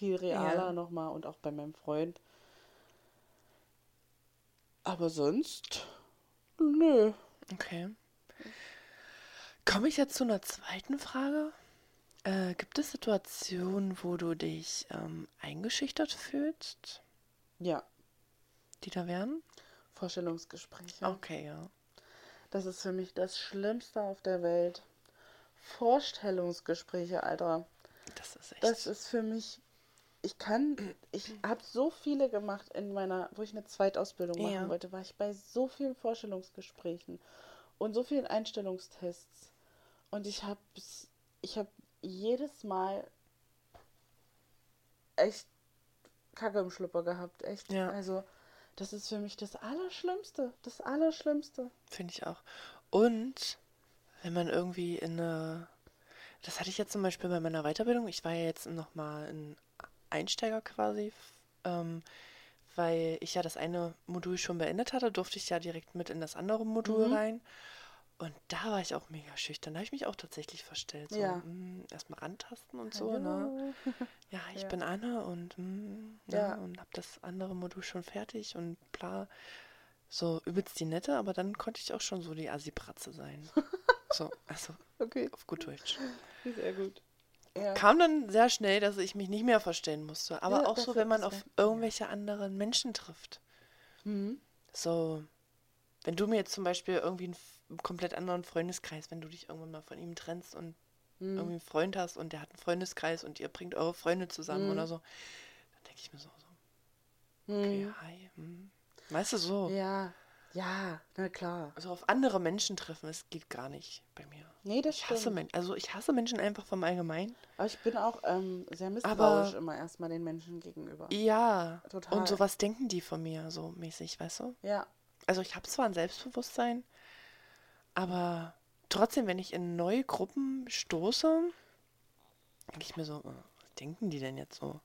viel realer
Ja.
nochmal und auch bei meinem Freund. Aber sonst, nö.
Okay. Komme ich jetzt zu einer zweiten Frage? Äh, gibt es Situationen, wo du dich ähm, eingeschüchtert fühlst,
Ja,
die da wären?
Vorstellungsgespräche.
Okay, ja.
Das ist für mich das Schlimmste auf der Welt. Vorstellungsgespräche, Alter.
Das ist echt.
Das ist für mich. Ich kann, ich habe so viele gemacht in meiner, wo ich eine Zweitausbildung machen
Ja.
wollte, war ich bei so vielen Vorstellungsgesprächen und so vielen Einstellungstests. Und ich habe, ich habe jedes Mal echt Kacke im Schlüpper gehabt, echt.
Ja.
Also das ist für mich das Allerschlimmste, das Allerschlimmste.
Finde ich auch. Und wenn man irgendwie in eine. Das hatte ich jetzt zum Beispiel bei meiner Weiterbildung. Ich war ja jetzt nochmal ein Einsteiger quasi. f- Ähm, weil ich ja das eine Modul schon beendet hatte, durfte ich ja direkt mit in das andere Modul
Mhm.
rein. Und da war ich auch mega schüchtern. Da habe ich mich auch tatsächlich verstellt. So,
Ja. Ah,
mm, erstmal rantasten und so, ne?
Hallo.
Ja, ich
Ja.
bin Anne und, mm,
Ja.
ja. und habe das andere Modul schon fertig und bla. So übelst die Nette, aber dann konnte ich auch schon so die Assi-Pratze sein. so, also
Okay,
auf gut Deutsch.
sehr gut. Ja.
Kam dann sehr schnell, dass ich mich nicht mehr verstellen musste. Aber
Ja,
auch
das
so, wenn man
ist
auf
ja-
irgendwelche anderen Menschen trifft.
Mhm.
So, wenn du mir jetzt zum Beispiel irgendwie einen, f- einen komplett anderen Freundeskreis, wenn du dich irgendwann mal von ihm trennst und
Mhm. hm,
irgendwie einen Freund hast und der hat einen Freundeskreis und ihr bringt eure Freunde zusammen
Mhm.
oder so, dann denke ich mir so, so okay,
Mhm.
hi. hm. Weißt du, so,
Ja, ja, na klar.
so auf andere Menschen treffen, das geht gar nicht bei mir.
Nee, das
Ich hasse
stimmt.
Menschen, also ich hasse Menschen einfach vom Allgemeinen.
Aber ich bin auch ähm, sehr
Aber-
misstrauisch immer erstmal den Menschen gegenüber.
Ja,
Total.
und so was denken die von mir so mäßig, weißt du?
Ja,
Also ich habe zwar ein Selbstbewusstsein, aber trotzdem, wenn ich in neue Gruppen stoße, denke ich mir so, "Äh, was denken die denn jetzt so?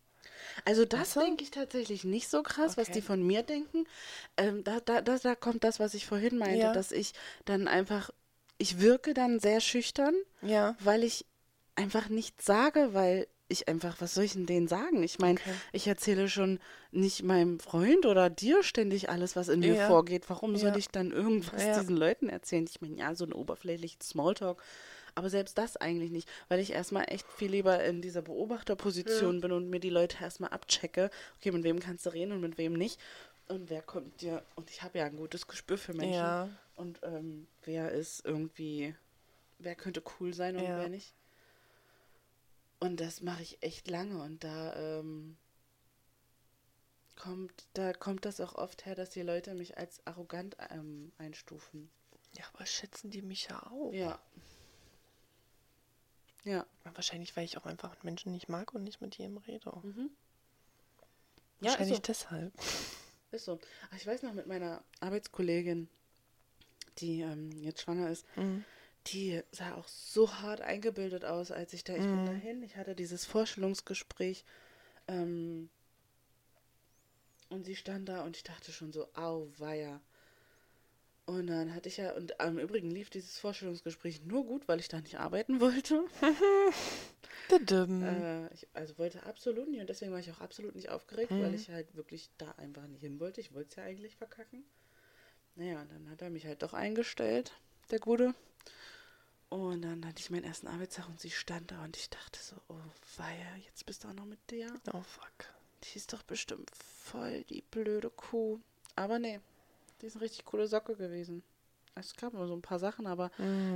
Also das
Weißt du?
denke ich tatsächlich nicht so krass, was
Okay.
die von mir denken. Ähm, da, da, da, da kommt das, was ich vorhin meinte,
Ja.
dass ich dann einfach, ich wirke dann sehr schüchtern,
Ja.
weil ich einfach nichts sage, weil ich einfach, was soll ich denn denen sagen? Ich meine,
Okay.
ich erzähle schon nicht meinem Freund oder dir ständig alles, was in mir
Ja.
vorgeht. Warum soll
Ja.
ich dann irgendwas
Ja.
diesen Leuten erzählen? Ich meine, ja, so ein oberflächliches Smalltalk. Aber selbst das eigentlich nicht, weil ich erstmal echt viel lieber in dieser Beobachterposition bin und mir die Leute erstmal abchecke. Okay, mit wem kannst du reden und mit wem nicht? Und wer kommt dir? Und ich habe ja ein gutes Gespür für Menschen.
Ja.
Und ähm, wer ist irgendwie, wer könnte cool sein und
Ja.
wer nicht? Und das mache ich echt lange und da ähm, kommt, da kommt das auch oft her, dass die Leute mich als arrogant ähm, einstufen.
Ja, aber schätzen die mich ja auch.
Ja. Ja.
Wahrscheinlich, weil ich auch einfach Menschen nicht mag und nicht mit jedem rede.
Mhm. Ja, also ist
Wahrscheinlich
so.
deshalb.
Ist so. Ach, ich weiß noch mit meiner Arbeitskollegin, die ähm, jetzt schwanger ist, die sah auch so hart eingebildet aus, als ich da, ich bin dahin, ich hatte dieses Vorstellungsgespräch ähm, und sie stand da und ich dachte schon so, auweia. Und dann hatte ich ja, und im Übrigen lief dieses Vorstellungsgespräch nur gut, weil ich da nicht arbeiten wollte.
Didim.
Äh, ich, also wollte absolut nicht und deswegen war ich auch absolut nicht aufgeregt, weil ich halt wirklich da einfach nicht hin wollte. Ich wollte es ja eigentlich verkacken. Naja, und dann hat er mich halt doch eingestellt, der Gute. Und dann hatte ich meinen ersten Arbeitstag und sie stand da und ich dachte so, oh weia, jetzt bist du auch noch mit der.
Oh fuck.
Die ist doch bestimmt voll die blöde Kuh. Aber nee, die ist eine richtig coole Socke gewesen. Es gab nur so ein paar Sachen, aber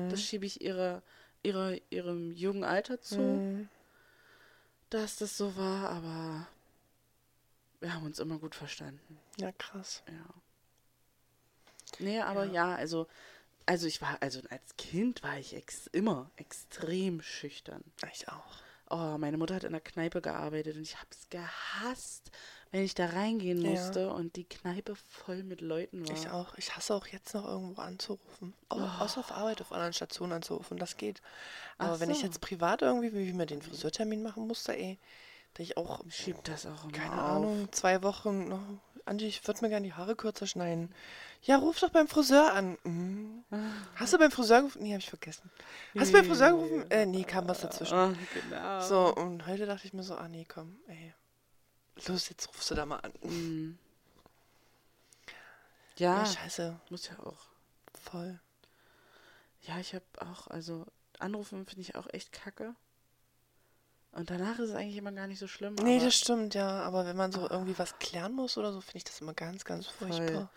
das schiebe ich ihrer, ihrer, ihrem jungen Alter zu
Mhm.
dass das so war, aber wir haben uns immer gut verstanden.
Ja, krass.
Ja. Nee, aber ja, also, also ich war, also als Kind war ich ex immer extrem schüchtern.
Ich auch.
Oh, meine Mutter hat in der Kneipe gearbeitet und ich hab's gehasst, wenn ich da reingehen
Ja.
musste und die Kneipe voll mit Leuten war.
Ich auch. Ich hasse auch jetzt noch irgendwo anzurufen.
Oh.
Au- Außer auf Arbeit auf anderen Stationen anzurufen. Das geht. Aber
Ach
wenn ich
so.
jetzt privat irgendwie, wie ich mir den Friseurtermin machen musste, ey, da ich auch,
Schieb das auch immer
keine
auf.
Ahnung, zwei Wochen noch. Angie, ich würde mir gerne die Haare kürzer schneiden. Ja, ruf doch beim Friseur an. Mhm.
Ah.
Hast du beim Friseur gerufen? Nee, habe ich vergessen. Hast du beim Friseur gerufen? Äh, nee, kam was dazwischen.
Ah, genau.
So, und heute dachte ich mir so, ah nee, komm, ey. Los, jetzt rufst du da mal an.
Mhm. Ja,
Ah, Scheiße,
muss ja auch.
voll.
Ja, ich habe auch, also anrufen finde ich auch echt kacke. Und danach ist es eigentlich immer gar nicht so schlimm.
Nee,
aber
das stimmt, ja. Aber wenn man so irgendwie was klären muss oder so, finde ich das immer ganz, ganz furchtbar.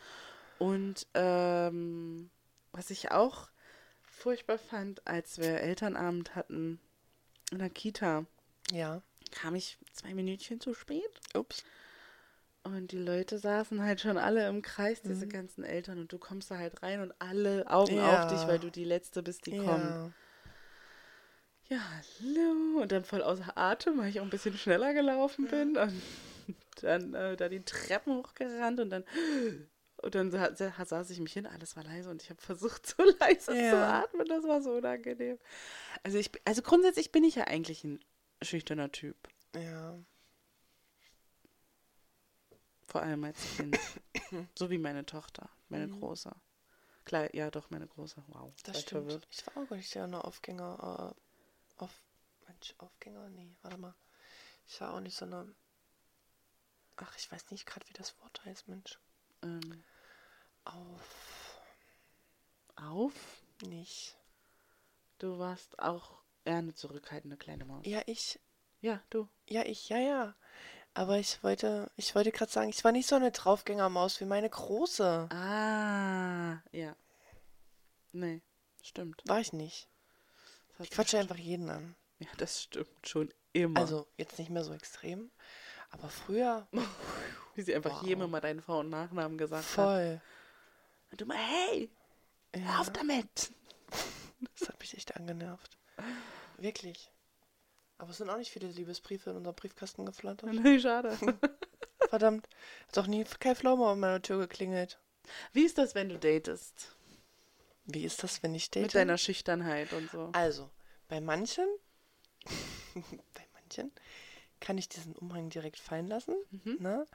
Und ähm, was ich auch furchtbar fand, als wir Elternabend hatten in der Kita,
Ja.
kam ich zwei Minütchen zu spät.
Ups.
Und die Leute saßen halt schon alle im Kreis, diese ganzen Eltern. Und du kommst da halt rein und alle Augen
Mhm. Ja.
auf dich, weil du die Letzte bist, die kommt.
Ja.
Ja, hallo. Und dann voll außer Atem, weil ich auch ein bisschen schneller gelaufen bin. Und dann äh, da die Treppen hochgerannt und dann, und dann sa sa saß ich mich hin, alles war leise und ich habe versucht, so leise zu
Ja.
atmen. Das war so unangenehm. Also ich, bi- also grundsätzlich bin ich ja eigentlich ein schüchterner Typ.
ja.
Vor allem als Kind. so wie meine Tochter, meine Große. Klar, ja, doch, meine große. Wow.
Mhm. Das
leicht
stimmt.
verwirrt.
Ich war auch nicht der eine Aufgänger. Äh, auf, Mensch, Aufgänger? Nee, warte mal. Ich war auch nicht so eine. Ach, ich weiß nicht gerade, wie das Wort heißt, Mensch.
Ähm,
Auf.
auf.
Nicht.
Du warst auch eher eine zurückhaltende kleine Maus.
Ja, ich.
Ja, du.
Ja, ich. Ja, ja. Aber ich wollte, ich wollte gerade sagen, ich war nicht so eine Draufgängermaus wie meine große.
Ah, ja. Nee, stimmt.
War ich nicht.
Das hat
Ich quatsche einfach jeden an.
Ja, das stimmt schon immer.
Also jetzt nicht mehr so extrem, aber früher
Oh, wie sie einfach
wow.
jedem mal deinen Vor- und Nachnamen gesagt hat.
voll.
Und du mal, hey, hör
Ja,
auf damit.
das hat mich echt angenervt. Wirklich. Aber es sind auch nicht viele Liebesbriefe in unserem Briefkasten geflattert.
Nee, schade.
Verdammt, hat doch nie kein Pflaume an meiner Tür geklingelt.
Wie ist das, wenn du datest?
Wie ist das, wenn ich
Mit
date?
deiner Schüchternheit und so.
Also, bei manchen, bei manchen kann ich diesen Umhang direkt fallen lassen.
Mhm.
Ne?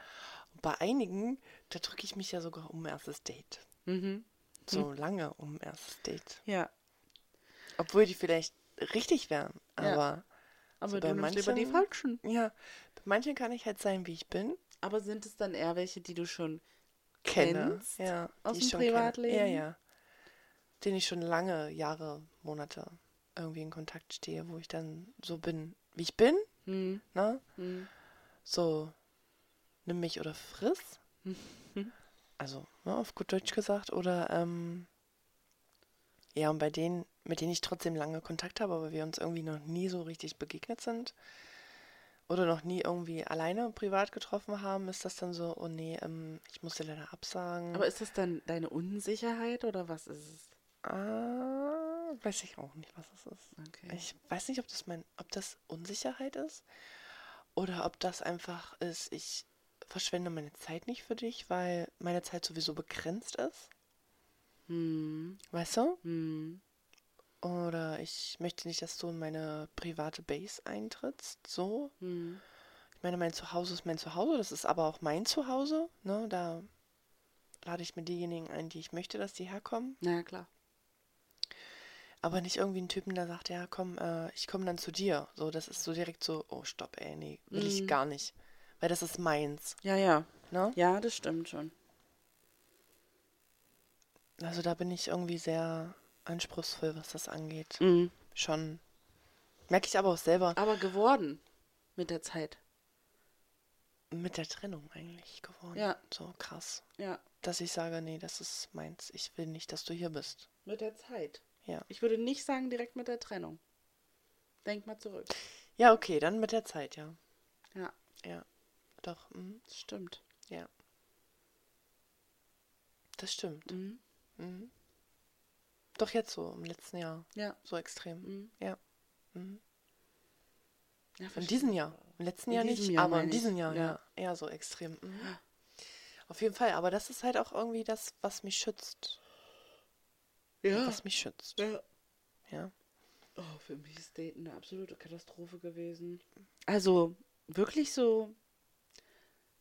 Und bei einigen, da drücke ich mich ja sogar um erstes Date.
Mhm.
So lange um erstes Date.
Ja,
Obwohl die vielleicht richtig wären.
Ja.
Aber
aber
So,
du
bei
nimmst lieber die Falschen.
manchen- ja. bei manchen kann ich halt sein, wie ich bin.
Aber sind es dann eher welche, die du schon
Kenne.
Kennst?
Ja,
Aus
die
dem
ich schon kenne.
Privatleben?
Ja, ja. Den ich schon lange, Jahre, Monate irgendwie in Kontakt stehe, wo ich dann so bin, wie ich bin.
hm,
Ne?
hm,
So, nimm mich oder friss. Also, ne, auf gut Deutsch gesagt. Oder, ähm, ja, und bei denen, mit denen ich trotzdem lange Kontakt habe, aber wir uns irgendwie noch nie so richtig begegnet sind oder noch nie irgendwie alleine privat getroffen haben, ist das dann so, oh nee, ähm, ich musste leider absagen.
Aber ist das dann deine Unsicherheit oder was ist es?
ah, weiß ich auch nicht, was das ist.
Okay.
Ich weiß nicht, ob das mein, ob das Unsicherheit ist oder ob das einfach ist, ich verschwende meine Zeit nicht für dich, weil meine Zeit sowieso begrenzt ist.
Hm,
Weißt du?
hm,
Oder ich möchte nicht, dass du in meine private Base eintrittst. So.
hm.
Ich meine, mein Zuhause ist mein Zuhause, das ist aber auch mein Zuhause. Ne? Da lade ich mir diejenigen ein, die ich möchte, dass die herkommen.
Na ja, klar.
Aber nicht irgendwie einen Typen, der sagt, ja, komm, äh, ich komme dann zu dir. So, das ist so direkt so, oh, stopp, ey, nee, will ich
Mhm.
gar nicht. Weil das ist meins.
Ja, ja.
Ne?
Ja, das stimmt schon.
Also da bin ich irgendwie sehr anspruchsvoll, was das angeht.
Mhm.
Schon. Merke ich aber auch selber.
Aber geworden mit der Zeit.
Mit der Trennung eigentlich geworden.
Ja.
So krass.
Ja,
Dass ich sage, nee, das ist meins. Ich will nicht, dass du hier bist.
mit der Zeit.
Ja.
Ich würde nicht sagen direkt mit der Trennung. Denk mal zurück.
Ja, okay, dann mit der Zeit, ja.
Ja,
Ja. Doch, mhm.
das stimmt.
ja. Das stimmt.
Mhm.
Mhm. Doch jetzt so, im letzten Jahr.
Ja.
So extrem.
Mhm.
Ja. Mhm.
ja
In
verstehe.
diesem Jahr. Im letzten
In
Jahr
diesem
nicht,
Jahr
aber in
meine ich.
diesem Jahr, ja.
Ja.
Eher so extrem. Mhm. Auf jeden Fall, aber das ist halt auch irgendwie das, was mich schützt.
Ja.
Was mich schützt.
ja.
Ja.
Oh, für mich ist Daten eine absolute Katastrophe gewesen. Also wirklich so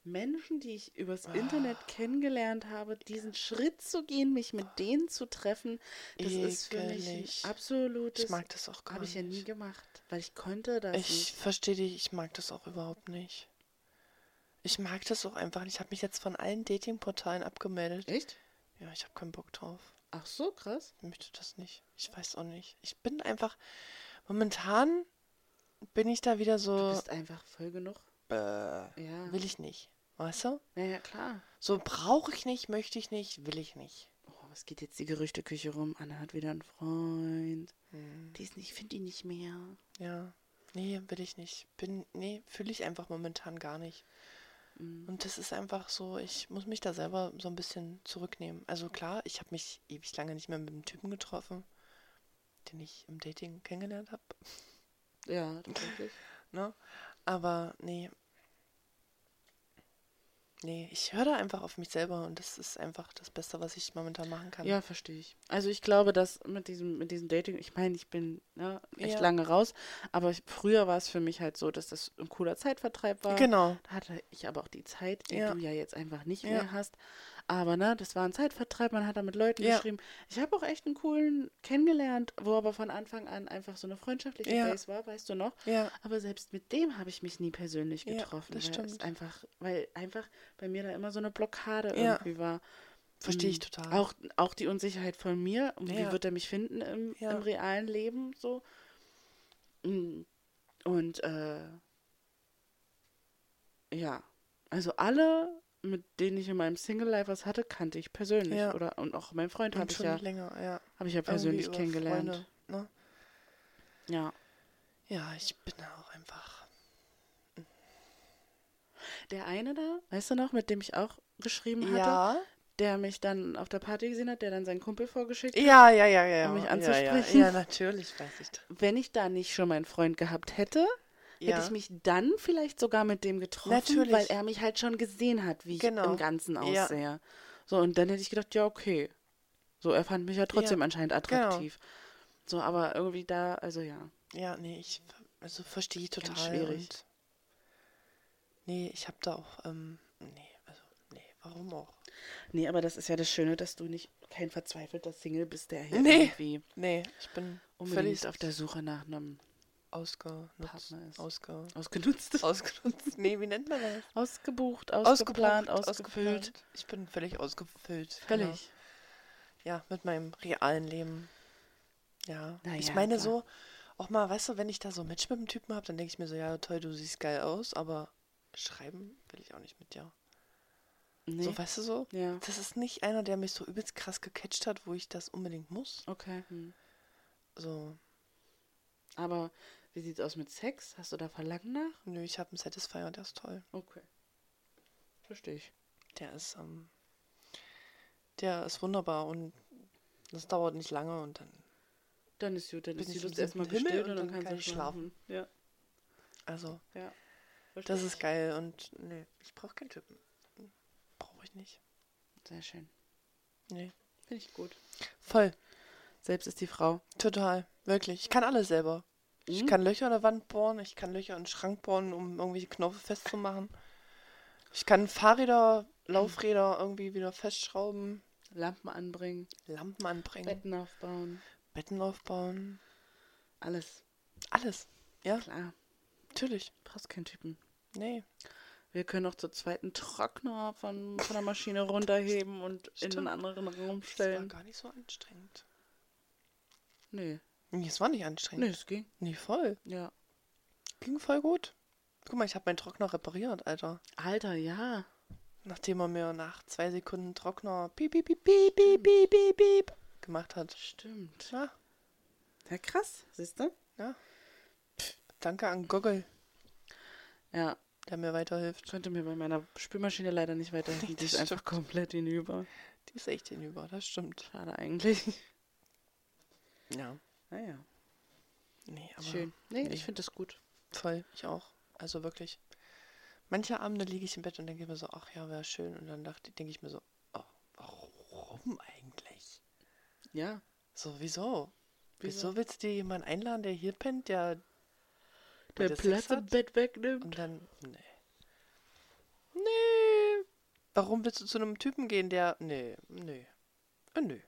Menschen, die ich
Ah.
übers Internet kennengelernt habe, diesen Schritt zu gehen, mich mit denen zu treffen, das ist für mich
Ekelig.
ein absolutes.
Ich mag das auch gar
Habe ich
nicht.
ja nie gemacht, weil ich konnte das
Ich
nicht.
verstehe dich, ich mag das auch überhaupt nicht. Ich mag das auch einfach nicht. Ich habe mich jetzt von allen Datingportalen abgemeldet.
Echt?
Ja, ich habe keinen Bock drauf.
Ach so, krass.
Ich möchte das nicht. Ich weiß auch nicht. Ich bin einfach. Momentan bin ich da wieder
Du
so.
bist äh, einfach voll genug.
Bäh,
Ja.
will ich nicht. Weißt du?
Naja, klar.
So brauche ich nicht, möchte ich nicht, will ich nicht.
Oh, was geht jetzt die Gerüchteküche rum? Anna hat wieder einen Freund.
Hm.
Die ist nicht, ich finde die nicht mehr.
Ja. Nee, will ich nicht. Bin, nee, fühle ich einfach momentan gar nicht.
Mhm.
Und das ist einfach so, ich muss mich da selber so ein bisschen zurücknehmen. Also klar, ich habe mich ewig lange nicht mehr mit einem Typen getroffen, den ich im Dating kennengelernt habe.
Ja, tatsächlich.
Ne? Aber nee. Nee, ich höre da einfach auf mich selber und das ist einfach das Beste, was ich momentan machen kann.
Ja, verstehe ich. Also ich glaube, dass mit diesem, mit diesem Dating, ich meine, ich bin ne, echt
Ja.
lange raus, aber ich, früher war es für mich halt so, dass das ein cooler Zeitvertreib war.
Genau.
Da hatte ich aber auch die Zeit, die
Ja.
du ja jetzt einfach nicht
Ja.
mehr hast. Aber ne, das war ein Zeitvertreib, man hat da mit Leuten
Ja.
geschrieben. Ich habe auch echt einen coolen kennengelernt, wo aber von Anfang an einfach so eine freundschaftliche
Ja.
Base war, weißt du noch?
Ja.
Aber selbst mit dem habe ich mich nie persönlich
Ja,
getroffen,
das
weil es
stimmt.
einfach, weil einfach bei mir da immer so eine Blockade
Ja.
irgendwie war.
Verstehe ich
Mhm.
total.
Auch, auch die Unsicherheit von mir, und wie
Ja.
wird er mich finden im,
Ja.
im realen Leben so. Mhm. Und äh, ja, also alle, mit denen ich in meinem Single-Life was hatte, kannte ich persönlich.
Ja.
Oder und auch mein Freund habe
Und
ich
schon
ja,
länger, ja.
habe ich ja persönlich
Irgendwie über
kennengelernt.
Freunde, ne?
Ja.
Ja, ich bin da auch einfach.
Der eine da, weißt du noch, mit dem ich auch geschrieben hatte,
Ja.
der mich dann auf der Party gesehen hat, der dann seinen Kumpel vorgeschickt hat.
Ja, ja, ja, ja.
Um mich
ja,
anzusprechen.
Ja, ja natürlich weiß ich das.
Wenn ich da nicht schon meinen Freund gehabt hätte,
Ja.
hätte ich mich dann vielleicht sogar mit dem getroffen,
Natürlich.
weil er mich halt schon gesehen hat, wie ich
Genau.
im Ganzen
Ja.
aussehe. So, und dann hätte ich gedacht, ja, okay. So, er fand mich ja trotzdem anscheinend
Genau.
attraktiv. So, aber irgendwie da, also ja.
Ja, nee, ich ver- also verstehe ich total.
Ganz schwierig.
Und nee, ich habe da auch, ähm, nee, also, nee, warum auch?
Nee, aber das ist ja das Schöne, dass du nicht kein verzweifelter Single bist, der hier
Nee.
irgendwie
Nee, ich bin
unbedingt
völlig
auf der Suche nach einem
ausgenutzt.
Partner ist.
Ausge,
ausgenutzt,
ausgenutzt. Nee, wie nennt man das?
ausgebucht, ausgeplant,
Ausgebucht,
ausgefüllt.
ausgeplant. Ich bin völlig ausgefüllt. genau.
Völlig.
Ja, mit meinem realen Leben. Ja.
Na
ich
ja,
meine
klar.
so, auch mal, weißt du, wenn ich da so Match mit dem Typen habe, dann denke ich mir so, ja, toll, du siehst geil aus, aber schreiben will ich auch nicht mit dir.
Genau. Nee.
So, weißt du so?
ja,
Das ist nicht einer, der mich so übelst krass gecatcht hat, wo ich das unbedingt muss.
okay. Hm.
So,
Aber wie sieht's aus mit Sex? Hast du da Verlangen nach?
nö, ich habe einen Satisfier, der ist toll.
Okay. Verstehe ich.
Der ist, ähm, der ist wunderbar und das dauert nicht lange und dann,
Dann ist gut, dann
Bin
ist die
ich
Lust
im
erstmal
Himmel
gestillt
und
und dann
dann
kannst
kann
du
ich schlafen.
Ja,
also,
ja. Verstehe
das ist
ich.
geil und nö, ich brauche keinen Typen. Brauche ich nicht.
sehr schön.
Nee.
Finde ich gut.
Voll,
Selbst ist die Frau.
total, wirklich. Ich kann alles selber. Ich
Mhm.
kann Löcher in der Wand bohren, ich kann Löcher in den Schrank bohren, um irgendwelche Knöpfe festzumachen. Ich kann Fahrräder, Laufräder irgendwie wieder festschrauben,
Lampen anbringen,
Lampen anbringen.
Betten aufbauen,
Betten aufbauen.
alles.
Alles. Ja,
Klar,
natürlich.
brauchst keinen Typen.
Nee.
Wir können auch zur zweiten Trockner von, von der Maschine runterheben und in einen
Stimmt.
anderen Raum
Das war
stellen.
gar nicht so anstrengend.
Nee,
Nee, es war nicht anstrengend.
nee, es ging.
Nee, voll.
Ja.
Ging voll gut. Guck mal, ich habe meinen Trockner repariert, Alter.
Alter, ja.
Nachdem er mir nach zwei Sekunden Trockner piep, piep, piep, piep, piep, piep, piep, piep gemacht hat.
Stimmt.
Ja,
Ja, krass, siehst du?
ja. Danke an Goggle,
Ja,
der mir weiterhilft.
konnte mir bei meiner Spülmaschine leider nicht weiterhelfen. Die
das
ist einfach
stimmt.
komplett hinüber.
Die ist echt hinüber, das stimmt.
Schade eigentlich.
Ja.
Naja,
Nee, aber
schön. Nee,
nee.
ich finde das gut.
voll. Ich auch. Also wirklich. Manche Abende liege ich im Bett und denke mir so, ach ja, wäre schön. Und dann dachte, denke ich mir so, oh, warum eigentlich?
Ja.
So, wieso?
Wieso?
Wieso willst du dir jemanden einladen, der hier pennt, der,
Der
der Sex
Platz im
hat?
Bett wegnimmt.
Und dann. Nee. Nee. Warum willst du zu einem Typen gehen, der. Nee, nee. Äh, Nö.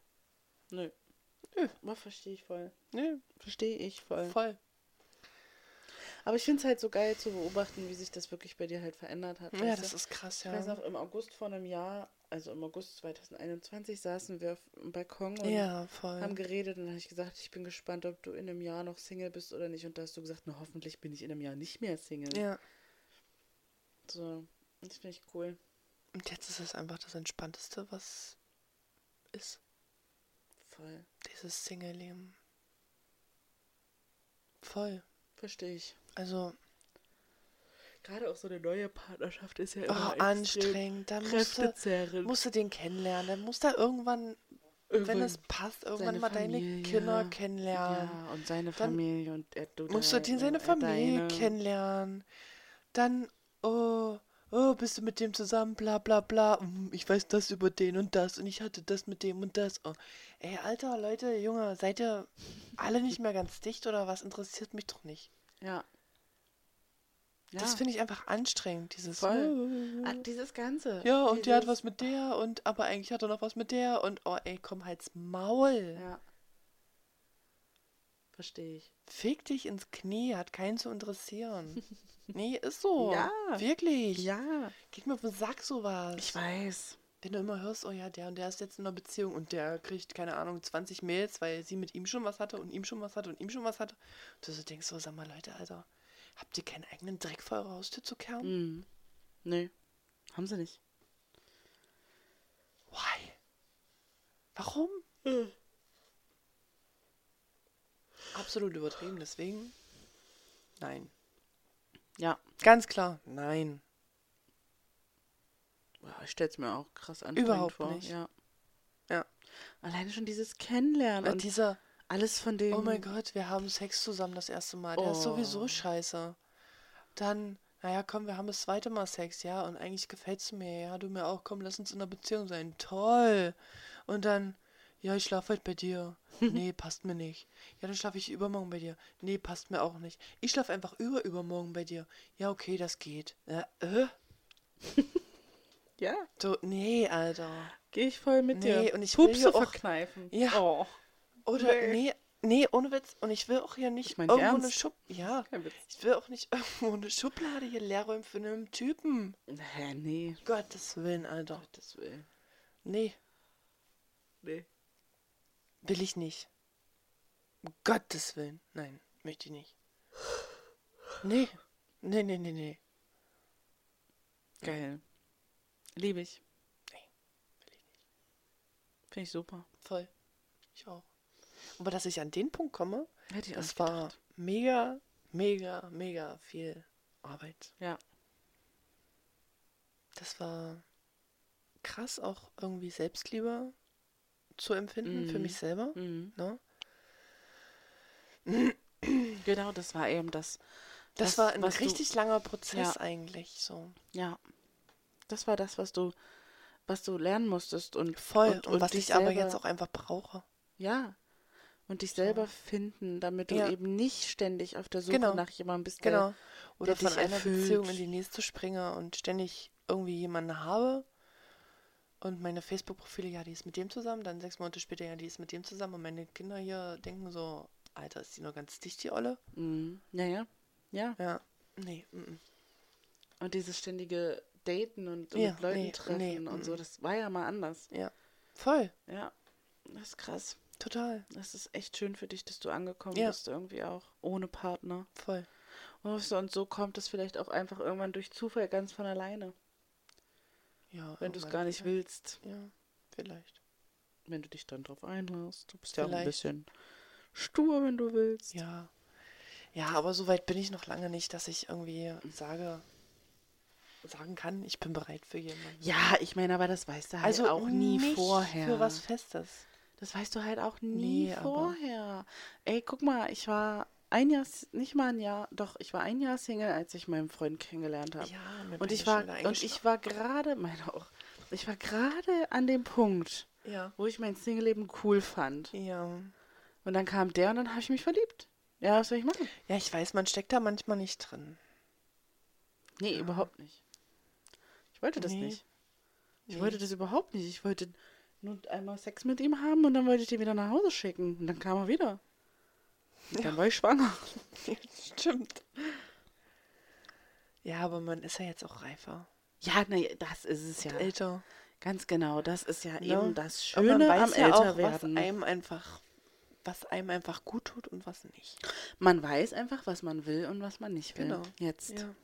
Nö.
Nö.
Aber verstehe ich voll.
Nee,
Verstehe ich voll.
voll.
Aber ich finde es halt so geil zu beobachten, wie sich das wirklich bei dir halt verändert hat.
Ja,
weißt
das
du?
ist krass,
Ich weiß
ja.
noch, im August vor einem Jahr, also im August 2021, saßen wir auf dem Balkon und haben
Ja, voll.
geredet und dann habe ich gesagt, ich bin gespannt, ob du in einem Jahr noch Single bist oder nicht. Und da hast du gesagt, na hoffentlich bin ich in einem Jahr nicht mehr Single.
Ja.
So, das finde ich cool.
Und jetzt ist es einfach das Entspannteste, was ist.
Voll.
Dieses Single-Leben. Voll.
Verstehe ich.
Also,
Gerade auch so eine neue Partnerschaft ist ja
oh,
immer extrem
anstrengend. Dann musst du,
kräftezerrend.
musst du den kennenlernen. Dann musst du irgendwann, wenn es passt, irgendwann
seine
mal deine
Familie,
Kinder
ja.
kennenlernen.
ja, und seine
Dann
Familie und er, du
musst du
deine,
den seine
er
Familie
äh, deine.
kennenlernen. Dann, oh, oh, bist du mit dem zusammen, bla bla bla. Hm, Ich weiß das über den und das und ich hatte das mit dem und das. Oh. Ey, Alter, Leute, Junge, seid ihr alle nicht mehr ganz dicht oder was? Interessiert mich doch nicht.
Ja, Ja.
Das finde ich einfach anstrengend, dieses. äh,
voll. Ah, dieses Ganze.
Ja, und
dieses,
der hat was mit der und aber eigentlich hat er noch was mit der und oh ey, komm halt's Maul.
Ja. Verstehe ich.
Fick dich ins Knie, hat keinen zu interessieren. nee, ist so.
Ja.
Wirklich.
Ja.
Geht mir auf den Sack sowas.
Ich weiß.
Wenn du immer hörst, oh ja, der und der ist jetzt in einer Beziehung und der kriegt, keine Ahnung, 20 Mails, weil sie mit ihm schon was hatte und ihm schon was hatte und ihm schon was hatte. Und du so denkst so, sag mal, Leute, Alter, habt ihr keinen eigenen Dreck vor eurer Haustür zu kehren?
Mhm. Nee. Haben sie nicht.
Why? Warum? Absolut übertrieben, deswegen. Nein.
Ja.
Ganz klar, nein.
Ja, ich stelle es mir auch krass anstrengend
Überhaupt
vor.
nicht.
Ja.
Ja.
Alleine schon dieses Kennenlernen
Und
und
dieser,
alles von dem.
oh mein Gott, wir haben Sex zusammen das erste Mal, der ist sowieso
Oh.
scheiße. Dann, naja, komm, wir haben das zweite Mal Sex, ja, und eigentlich gefällst du mir, ja, du mir auch, komm, lass uns in einer Beziehung sein, toll. Und dann, ja, ich schlafe halt bei dir. Nee, passt mir nicht. Ja, dann schlafe ich übermorgen bei dir. Nee, passt mir auch nicht. Ich schlafe einfach über übermorgen bei dir. Ja, okay, das geht. Ja, äh?
Ja,
So, nee, Alter.
gehe ich voll mit
Nee,
dir.
und ich will
Pupse
hier auch-
verkneifen.
Ja.
Oh.
Oder
Nee.
nee. nee, ohne Witz. Und ich will auch hier nicht
Ich mein,
irgendwo eine
ernst?
Schub. Ja.
Kein Witz.
Ich will auch nicht irgendwo eine Schublade hier leer räumen für einen Typen.
Hä, nee.
Gottes Willen, Alter.
Das will.
Nee,
Nee.
will ich nicht. Um Gottes Willen. Nein, möchte ich nicht. Nee. Nee, nee, nee, nee.
Geil. Liebe ich.
Nee, will ich
nicht. Finde ich super.
Voll. Ich auch. Aber dass ich an den Punkt komme,
Hätte ich auch
das
nicht
war
gedacht.
mega, mega, mega viel Arbeit.
Ja.
Das war krass, auch irgendwie Selbstliebe zu empfinden für
Mhm.
mich selber.
Mhm.
Ne?
Genau, das war eben das.
Das,
Das,
war ein
was du-
richtig langer Prozess
Ja.
eigentlich. So.
Ja. Das war das, was du, was du lernen musstest und
Voll. Und,
und, und
was
dich
ich aber
selber-
jetzt auch einfach brauche.
Ja. Und dich selber finden, damit du
Ja.
eben nicht ständig auf der Suche
Genau.
nach jemandem bist. der-
Genau. Oder
der
von
dich
einer
erfüllt.
Beziehung in die nächste springe und ständig irgendwie jemanden habe. Und meine Facebook-Profile, ja, die ist mit dem zusammen. Dann sechs Monate später, ja, die ist mit dem zusammen. Und meine Kinder hier denken so, Alter, ist die noch ganz dicht, die Olle?
Mhm. Ja, ja. Ja.
Ja. Nee. Mm -mm.
Und dieses ständige Daten und, und
Ja,
mit Leuten
nee,
treffen
nee,
und
mhm.
so, das war ja mal anders.
Ja. Voll.
Ja. Das ist krass.
Total.
Das ist echt schön für dich, dass du angekommen
Ja.
bist, irgendwie auch ohne Partner.
Voll.
Und so, und so kommt es vielleicht auch einfach irgendwann durch Zufall ganz von alleine,
Ja.
wenn du es
irgendwann
gar nicht
vielleicht.
willst,
Ja, vielleicht.
wenn du dich dann drauf einlässt. Du bist ja auch ein
Vielleicht.
bisschen stur, wenn du willst.
Ja. Ja, aber so weit bin ich noch lange nicht, dass ich irgendwie sage, sagen kann, ich bin bereit für jemanden.
Ja, ich meine, aber das weißt du halt also auch nie
nicht
vorher.
Für was Festes.
Das weißt du halt auch nie
Nee, aber-
vorher. Ey, guck mal, ich war ein Jahr, s- nicht mal ein Jahr, doch, ich war ein Jahr Single, als ich meinen Freund kennengelernt habe.
Ja, mir
und
beide
ich war,
schon wieder
und ich war gerade, meine auch, ich war gerade an dem Punkt,
Ja.
wo ich mein Single-Leben cool fand.
Ja.
Und dann kam der und dann habe ich mich verliebt. Ja, was soll ich machen?
Ja, ich weiß, man steckt da manchmal nicht drin.
Nee, überhaupt nicht. Ich wollte das
Nee.
nicht. Ich wollte das überhaupt nicht. Ich wollte nur einmal Sex mit ihm haben und dann wollte ich den wieder nach Hause schicken. Und dann kam er wieder. Und dann war ich schwanger.
Stimmt. Ja, aber man ist ja jetzt auch reifer.
Ja, naja, das ist es ja.
Älter.
Ganz genau, das ist ja
ne?
eben das
Und man
Schöne am
weiß ja auch,
Älterwerden.
Was einem einfach, was einem einfach gut tut und was nicht.
man weiß einfach, was man will und was man nicht will.
Genau.
Jetzt. Ja.
Ja.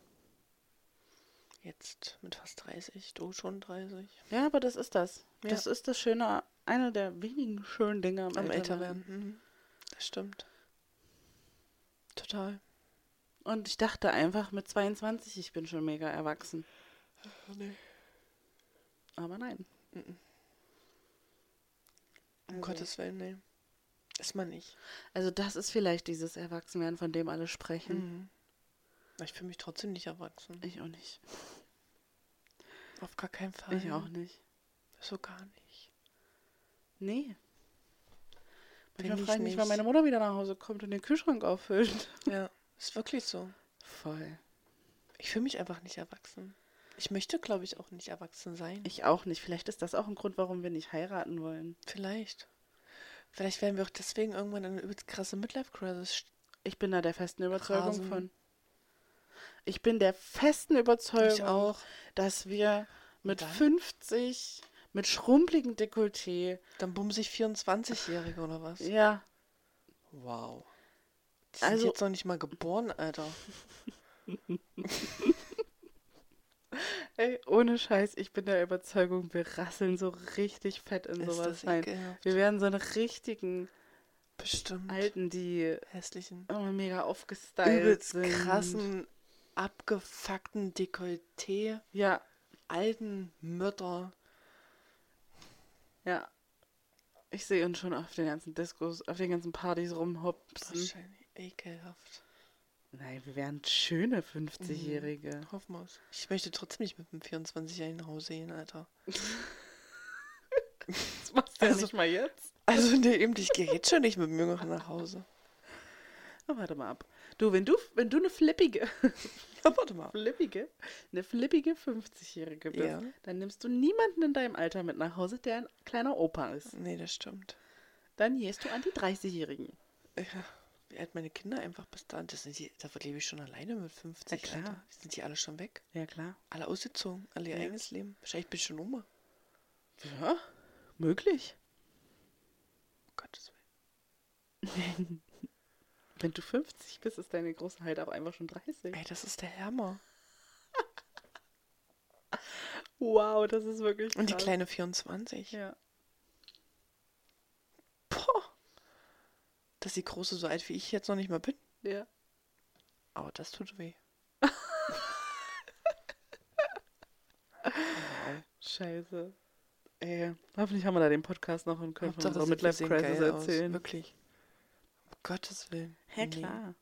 Jetzt mit fast 30, du schon 30.
aber das ist das.
Ja.
Das ist das Schöne, einer der wenigen schönen Dinge am,
Am
Älterwerden.
Älterwerden. Mhm. Das stimmt. Total.
Und ich dachte einfach mit 22, ich bin schon mega erwachsen. Aber nein.
Um Gottes Willen, nee. Ist man nicht.
Also das ist vielleicht dieses Erwachsenwerden, von dem alle sprechen.
Hm. Ich fühle mich trotzdem nicht erwachsen.
Ich auch nicht.
Auf gar keinen Fall.
Ich auch nicht.
So gar nicht.
Nee.
Bin
Manchmal
ich
frage ich mich, wann
nicht.
meine Mutter wieder nach Hause kommt und den Kühlschrank auffüllt.
Ja, ist wirklich so.
Voll.
Ich fühle mich einfach nicht erwachsen. Ich möchte, glaube ich, auch nicht erwachsen sein.
Ich auch nicht. Vielleicht ist das auch ein Grund, warum wir nicht heiraten wollen.
Vielleicht. Vielleicht werden wir auch deswegen irgendwann in eine übelst krasse Midlife-Crisis.
Ich bin da der festen Überzeugung
Rasen.
von. Ich bin der festen Überzeugung,
Ich auch.
dass wir mit
dann?
50, mit schrumpeligen Dekolleté,
Dann bumse ich 24-Jährige oder was?
ja,
Wow. Die sind
Also-
jetzt noch nicht mal geboren, Alter.
ey, ohne Scheiß, ich bin der Überzeugung, wir rasseln so richtig fett in
Ist
sowas
das
rein.
ekelhaft.
Wir werden so eine richtigen
Bestimmt.
Alten, die
Hässlichen.
immer mega aufgestylt
Übelst
sind.
krassen, abgefuckten Dekolleté.
Ja,
Alten Mütter.
ja. Ich sehe uns schon auf den ganzen Diskos, auf den ganzen Partys rumhopsen.
Wahrscheinlich ekelhaft.
Nein, wir wären schöne 50-Jährige.
Hoffen wir's. Ich möchte trotzdem nicht mit einem 24-Jährigen nach Hause gehen, Alter.
Das machst du
ja
nicht mal jetzt.
Also, nee, eben, ich gehe jetzt schon nicht mit dem Jüngeren nach Hause.
Oh, warte mal ab. Du, wenn du, wenn du eine flippige,
Ja, warte mal.
flippige, eine flippige 50-Jährige bist,
Ja.
dann nimmst du niemanden in deinem Alter mit nach Hause, der ein kleiner Opa ist.
Nee, das stimmt.
Dann jähst du an die 30-Jährigen.
Ja. Wie alt meine Kinder einfach bis dahin? Das sind die, da lebe ich schon alleine mit 50.
Na klar.
Alter. Sind die alle schon weg?
Ja, klar.
Alle ausgezogen, alle ihr
Ja.
eigenes Leben. Wahrscheinlich bin ich schon Oma.
Ja, möglich.
Um Gottes Willen.
Wenn du 50 bist, ist deine Große halt auch einfach schon 30.
Ey, das ist der Hammer.
Wow, das ist wirklich
Und die
krass.
kleine 24.
Ja.
Boah. Dass die Große so alt wie ich jetzt noch nicht mal bin.
ja.
Aber das tut weh.
Scheiße. Ey, hoffentlich haben wir da den Podcast noch und können von
Hauptsache,
unserer
sie
Midlife
sehen
Crisis
geil aus,
erzählen.
Wirklich. Um Gottes Willen.
Hä,
Nee.
klar.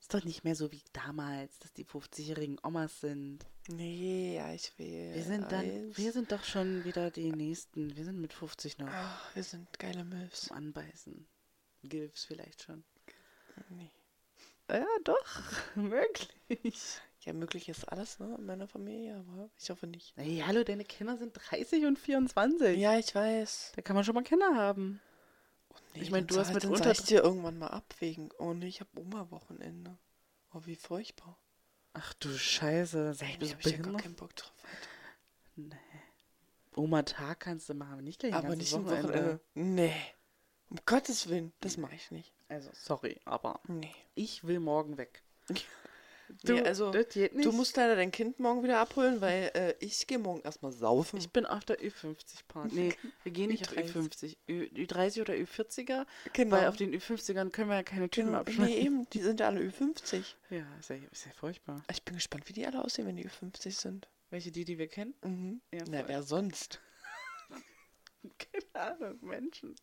Ist doch nicht mehr so wie damals, dass die 50-jährigen Omas sind.
Nee, ja, ich will.
Wir sind dann,
Eis.
wir sind doch schon wieder die Nächsten. Wir sind mit 50 noch
Ach, Ah, wir sind geile Milfs.
zum Anbeißen. Gilfs vielleicht schon.
Nee.
Ja, doch, möglich.
Ja, möglich ist alles, ne, in meiner Familie, aber ich hoffe nicht.
Hey, hallo, deine Kinder sind 30 und 24.
Ja, ich weiß.
Da kann man schon mal Kinder haben.
Nee,
Ich mein,
dann
du hast
sag-
mit
dann sag
unter-
ich dir irgendwann mal ab wegen, oh nee, ich hab Oma-Wochenende. Oh, wie furchtbar.
Ach du Scheiße, sag
Ey,
ich,
nee,
bist du
hab ich ja gar
behindert?
keinen Bock drauf. Alter.
Oma Tag kannst du machen, aber nicht gleich ein
Aber
ganzes
nicht am
Wochenende.
Wochenende. Nee. Um Gottes Willen, das mache ich nicht.
Also, sorry, aber
Nee.
ich will morgen weg.
Du, nee, also,
das geht nicht.
du musst leider dein Kind morgen wieder abholen, weil äh, ich gehe morgen erstmal saufen.
Ich bin auf der Ü50-Party. Nee, wir gehen nicht auf Ü50.
Ü30.
Ü, Ü30 oder Ü40er,
genau.
weil auf den Ü50ern können wir ja keine Typen
genau.
abschneiden.
Nee, eben, die sind ja alle Ü50.
Ja, ist ja, ist ja furchtbar.
Ich bin gespannt, wie die alle aussehen, wenn die Ü50 sind.
Welche die, die wir kennen?
Mhm.
Ja,
Na,
voll.
wer sonst?
Keine Ahnung, Menschen.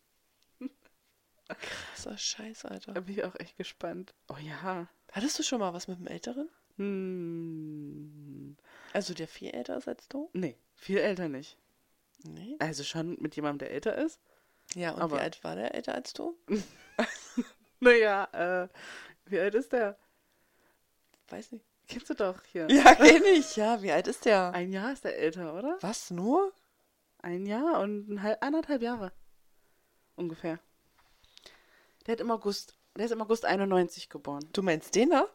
Krasser Scheiß,
Da
Alter.
bin ich auch echt gespannt. Oh ja.
Ähm, Hattest du schon mal was mit einem Älteren?
Hm.
Also, der viel älter ist als du?
Nee, viel älter nicht.
Nee.
Also schon mit jemandem, der älter ist.
Ja, und
aber-
wie alt war der älter als du?
Naja, äh, wie alt ist der?
Weiß nicht.
Kennst du doch hier.
Ja, kenn ich. Ja, wie alt ist der?
Ein Jahr ist er älter, oder?
Was, nur?
Ein Jahr und ein halb, anderthalb Jahre. Ungefähr. Der hat im August, der ist im August 91 geboren.
Du meinst den da?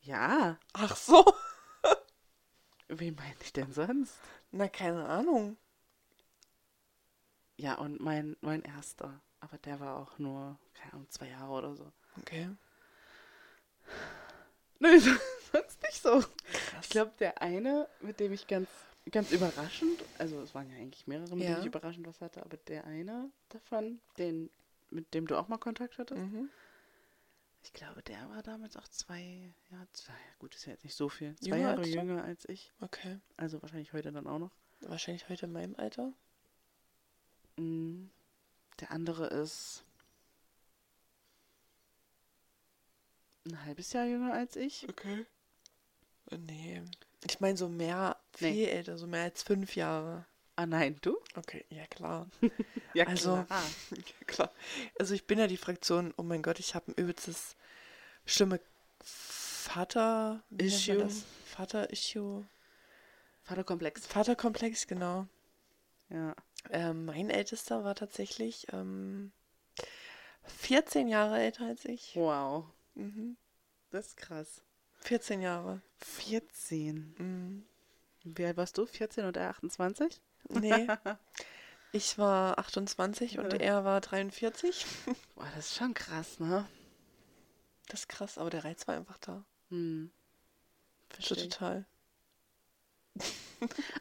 Ja,
Ach so.
wen meine ich denn sonst?
Na, keine Ahnung.
Ja, und mein, mein erster. Aber der war auch nur, keine Ahnung, zwei Jahre oder so.
Okay.
Nö, sonst nicht so.
Krass.
Ich glaube, der eine, mit dem ich ganz, ganz überraschend, also es waren ja eigentlich mehrere, mit
Ja.
denen ich überraschend was hatte, aber der eine davon, den, mit dem du auch mal Kontakt hattest,
Mhm.
ich glaube, der war damals auch zwei, ja, zwei, gut, ist ja jetzt nicht so viel, zwei
Jünger
Jahre
als du?
jünger als ich,
Okay.
also wahrscheinlich heute dann auch noch.
Wahrscheinlich heute in meinem Alter.
Mm, Der andere ist ein halbes Jahr jünger als ich.
Okay. Äh, Nee. Ich meine, so mehr, viel
Nee.
älter, so mehr als fünf Jahre.
Ah nein, du?
Okay, ja klar.
Ja,
Also-
klar.
Ja, klar. Also ich bin ja die Fraktion, oh mein Gott, ich habe ein übelstes, schlimme Vater wie nennt man
Issue.
das? Vater Issue.
Vaterkomplex.
Vaterkomplex, genau.
Ja.
Ähm, mein Ältester war tatsächlich ähm, 14 Jahre älter als ich.
Wow.
Mhm.
Das ist krass.
14 Jahre.
14.
Mhm.
Wie alt warst du? 14 oder 28?
Nee. Ich war 28 und
Ja.
er war 43.
Boah, das ist schon krass, ne?
Das ist krass, aber der Reiz war einfach da.
Hm.
So
Verstehe. ich.
total.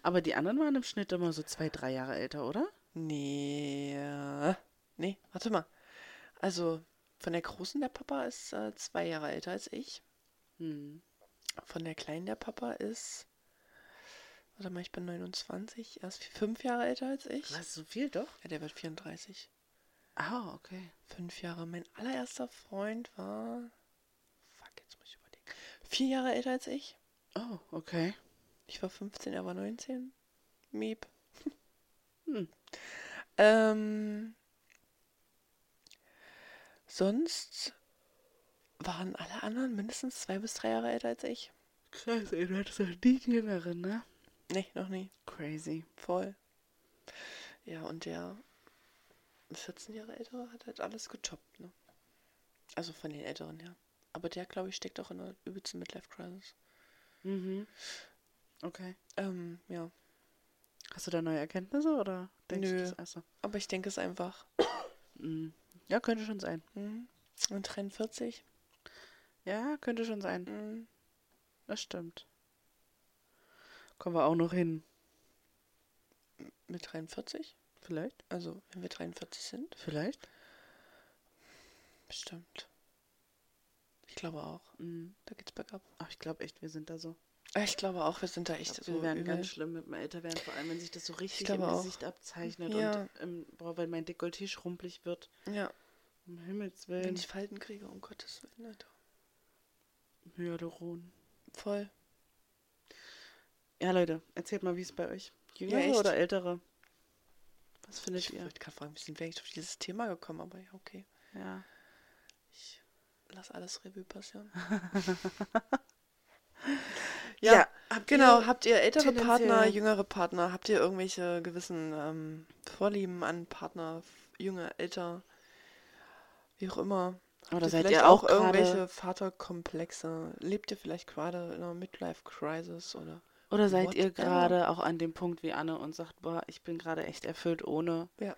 Aber die anderen waren im Schnitt immer so zwei, drei Jahre älter, oder?
Nee. äh, Nee, warte mal. Also, von der Großen, der Papa ist äh, zwei Jahre älter als ich.
Hm.
Von der Kleinen, der Papa ist. Warte mal, ich bin 29. Er ist fünf Jahre älter als ich.
Was, so viel doch?
Ja, der wird 34.
Ah, okay.
Fünf Jahre. Mein allererster Freund war. Fuck, jetzt muss ich überlegen. Vier Jahre älter als ich.
Oh, okay.
Ich war 15, er war 19. Miep.
Hm.
Ähm, sonst waren alle anderen mindestens zwei bis drei Jahre älter als ich.
Krass, ey, du hattest doch die Jüngeren, ne?
Nee, noch nie.
Crazy.
Voll. Ja, und der 14 Jahre ältere hat halt alles getoppt, ne? Also von den Älteren her. Aber der, glaube ich, steckt auch in einer übelsten Midlife-Crisis.
Mhm. Okay.
Ähm, ja.
Hast du da neue Erkenntnisse oder denkst
Nö.
du das? Achso.
Aber ich denke es ist einfach.
Hm. Ja, könnte schon sein.
Hm. Und 43.
Ja, könnte schon sein.
Hm.
Das stimmt. Kommen wir auch noch hin.
Mit 43?
Vielleicht?
Also, wenn wir 43 sind?
Vielleicht?
Bestimmt. Ich glaube auch.
Mhm.
Da geht's bergab.
Aber ich glaube echt, wir sind da so.
Äh, Ich glaube auch, wir sind da
Ich
echt
glaub,
so
wir werden
übel.
ganz schlimm mit dem Älterwerden, vor allem wenn sich das so richtig im
glaube auch.
Gesicht abzeichnet
Ja.
und im, boah, wenn mein Dekolleté schrumpelig wird.
Ja.
Um Himmels
Wenn
Willen.
ich Falten kriege, um Gottes Willen, Alter.
Hyaluron.
Voll.
Ja, Leute, erzählt mal, wie es bei euch. Jüngere
echt.
oder Ältere? Was findet
Ich
ihr?
wollte gerade fragen, wie sind wir eigentlich auf dieses Thema gekommen, aber ja, okay.
Ja.
Ich lasse alles Revue passieren.
Ja,
ja,
habt
genau.
ihr
Habt ihr ältere
tendenziell-
Partner, jüngere Partner? Habt ihr irgendwelche gewissen ähm, Vorlieben an Partner, f- jünger, älter, wie auch immer?
Oder
Habt
seid
vielleicht
ihr auch,
irgendwelche
irgendwelche?
Vaterkomplexe? Lebt ihr vielleicht gerade in einer Midlife-Crisis oder?
Oder seid ihr
Whatever.
gerade auch an dem Punkt wie Anne und sagt, boah, ich bin gerade echt erfüllt ohne
Ja.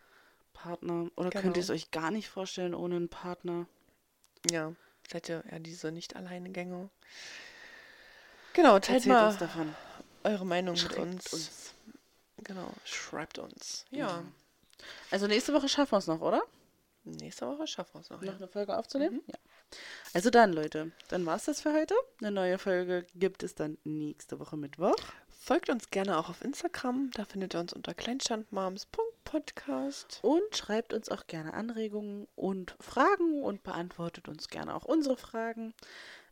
Partner? Oder
Genau.
könnt ihr es euch gar nicht vorstellen ohne einen Partner?
Ja, seid ihr eher diese Nicht-Alleine-Gänge? Genau, teilt
Erzählt
mal
uns davon.
eure Meinung
Schreibt
mit uns.
uns.
Genau, schreibt uns. Ja,
Ja. Also nächste Woche schaffen wir es noch, oder?
nächste Woche schaffen wir es noch.
noch
Ja.
eine Folge aufzunehmen. Ja. Also dann, Leute, dann war es das für heute. Eine neue Folge gibt es dann nächste Woche Mittwoch.
Folgt uns gerne auch auf Instagram. Da findet ihr uns unter kleinstandmoms.podcast.
Und schreibt uns auch gerne Anregungen und Fragen und beantwortet uns gerne auch unsere Fragen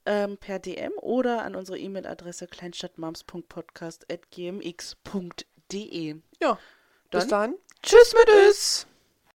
ähm, per DM oder an unsere E-Mail-Adresse kleinstadtmams.podcast.gmx.de. E.
Ja, bis
Dann-
dann. Tschüss mit Tschüss.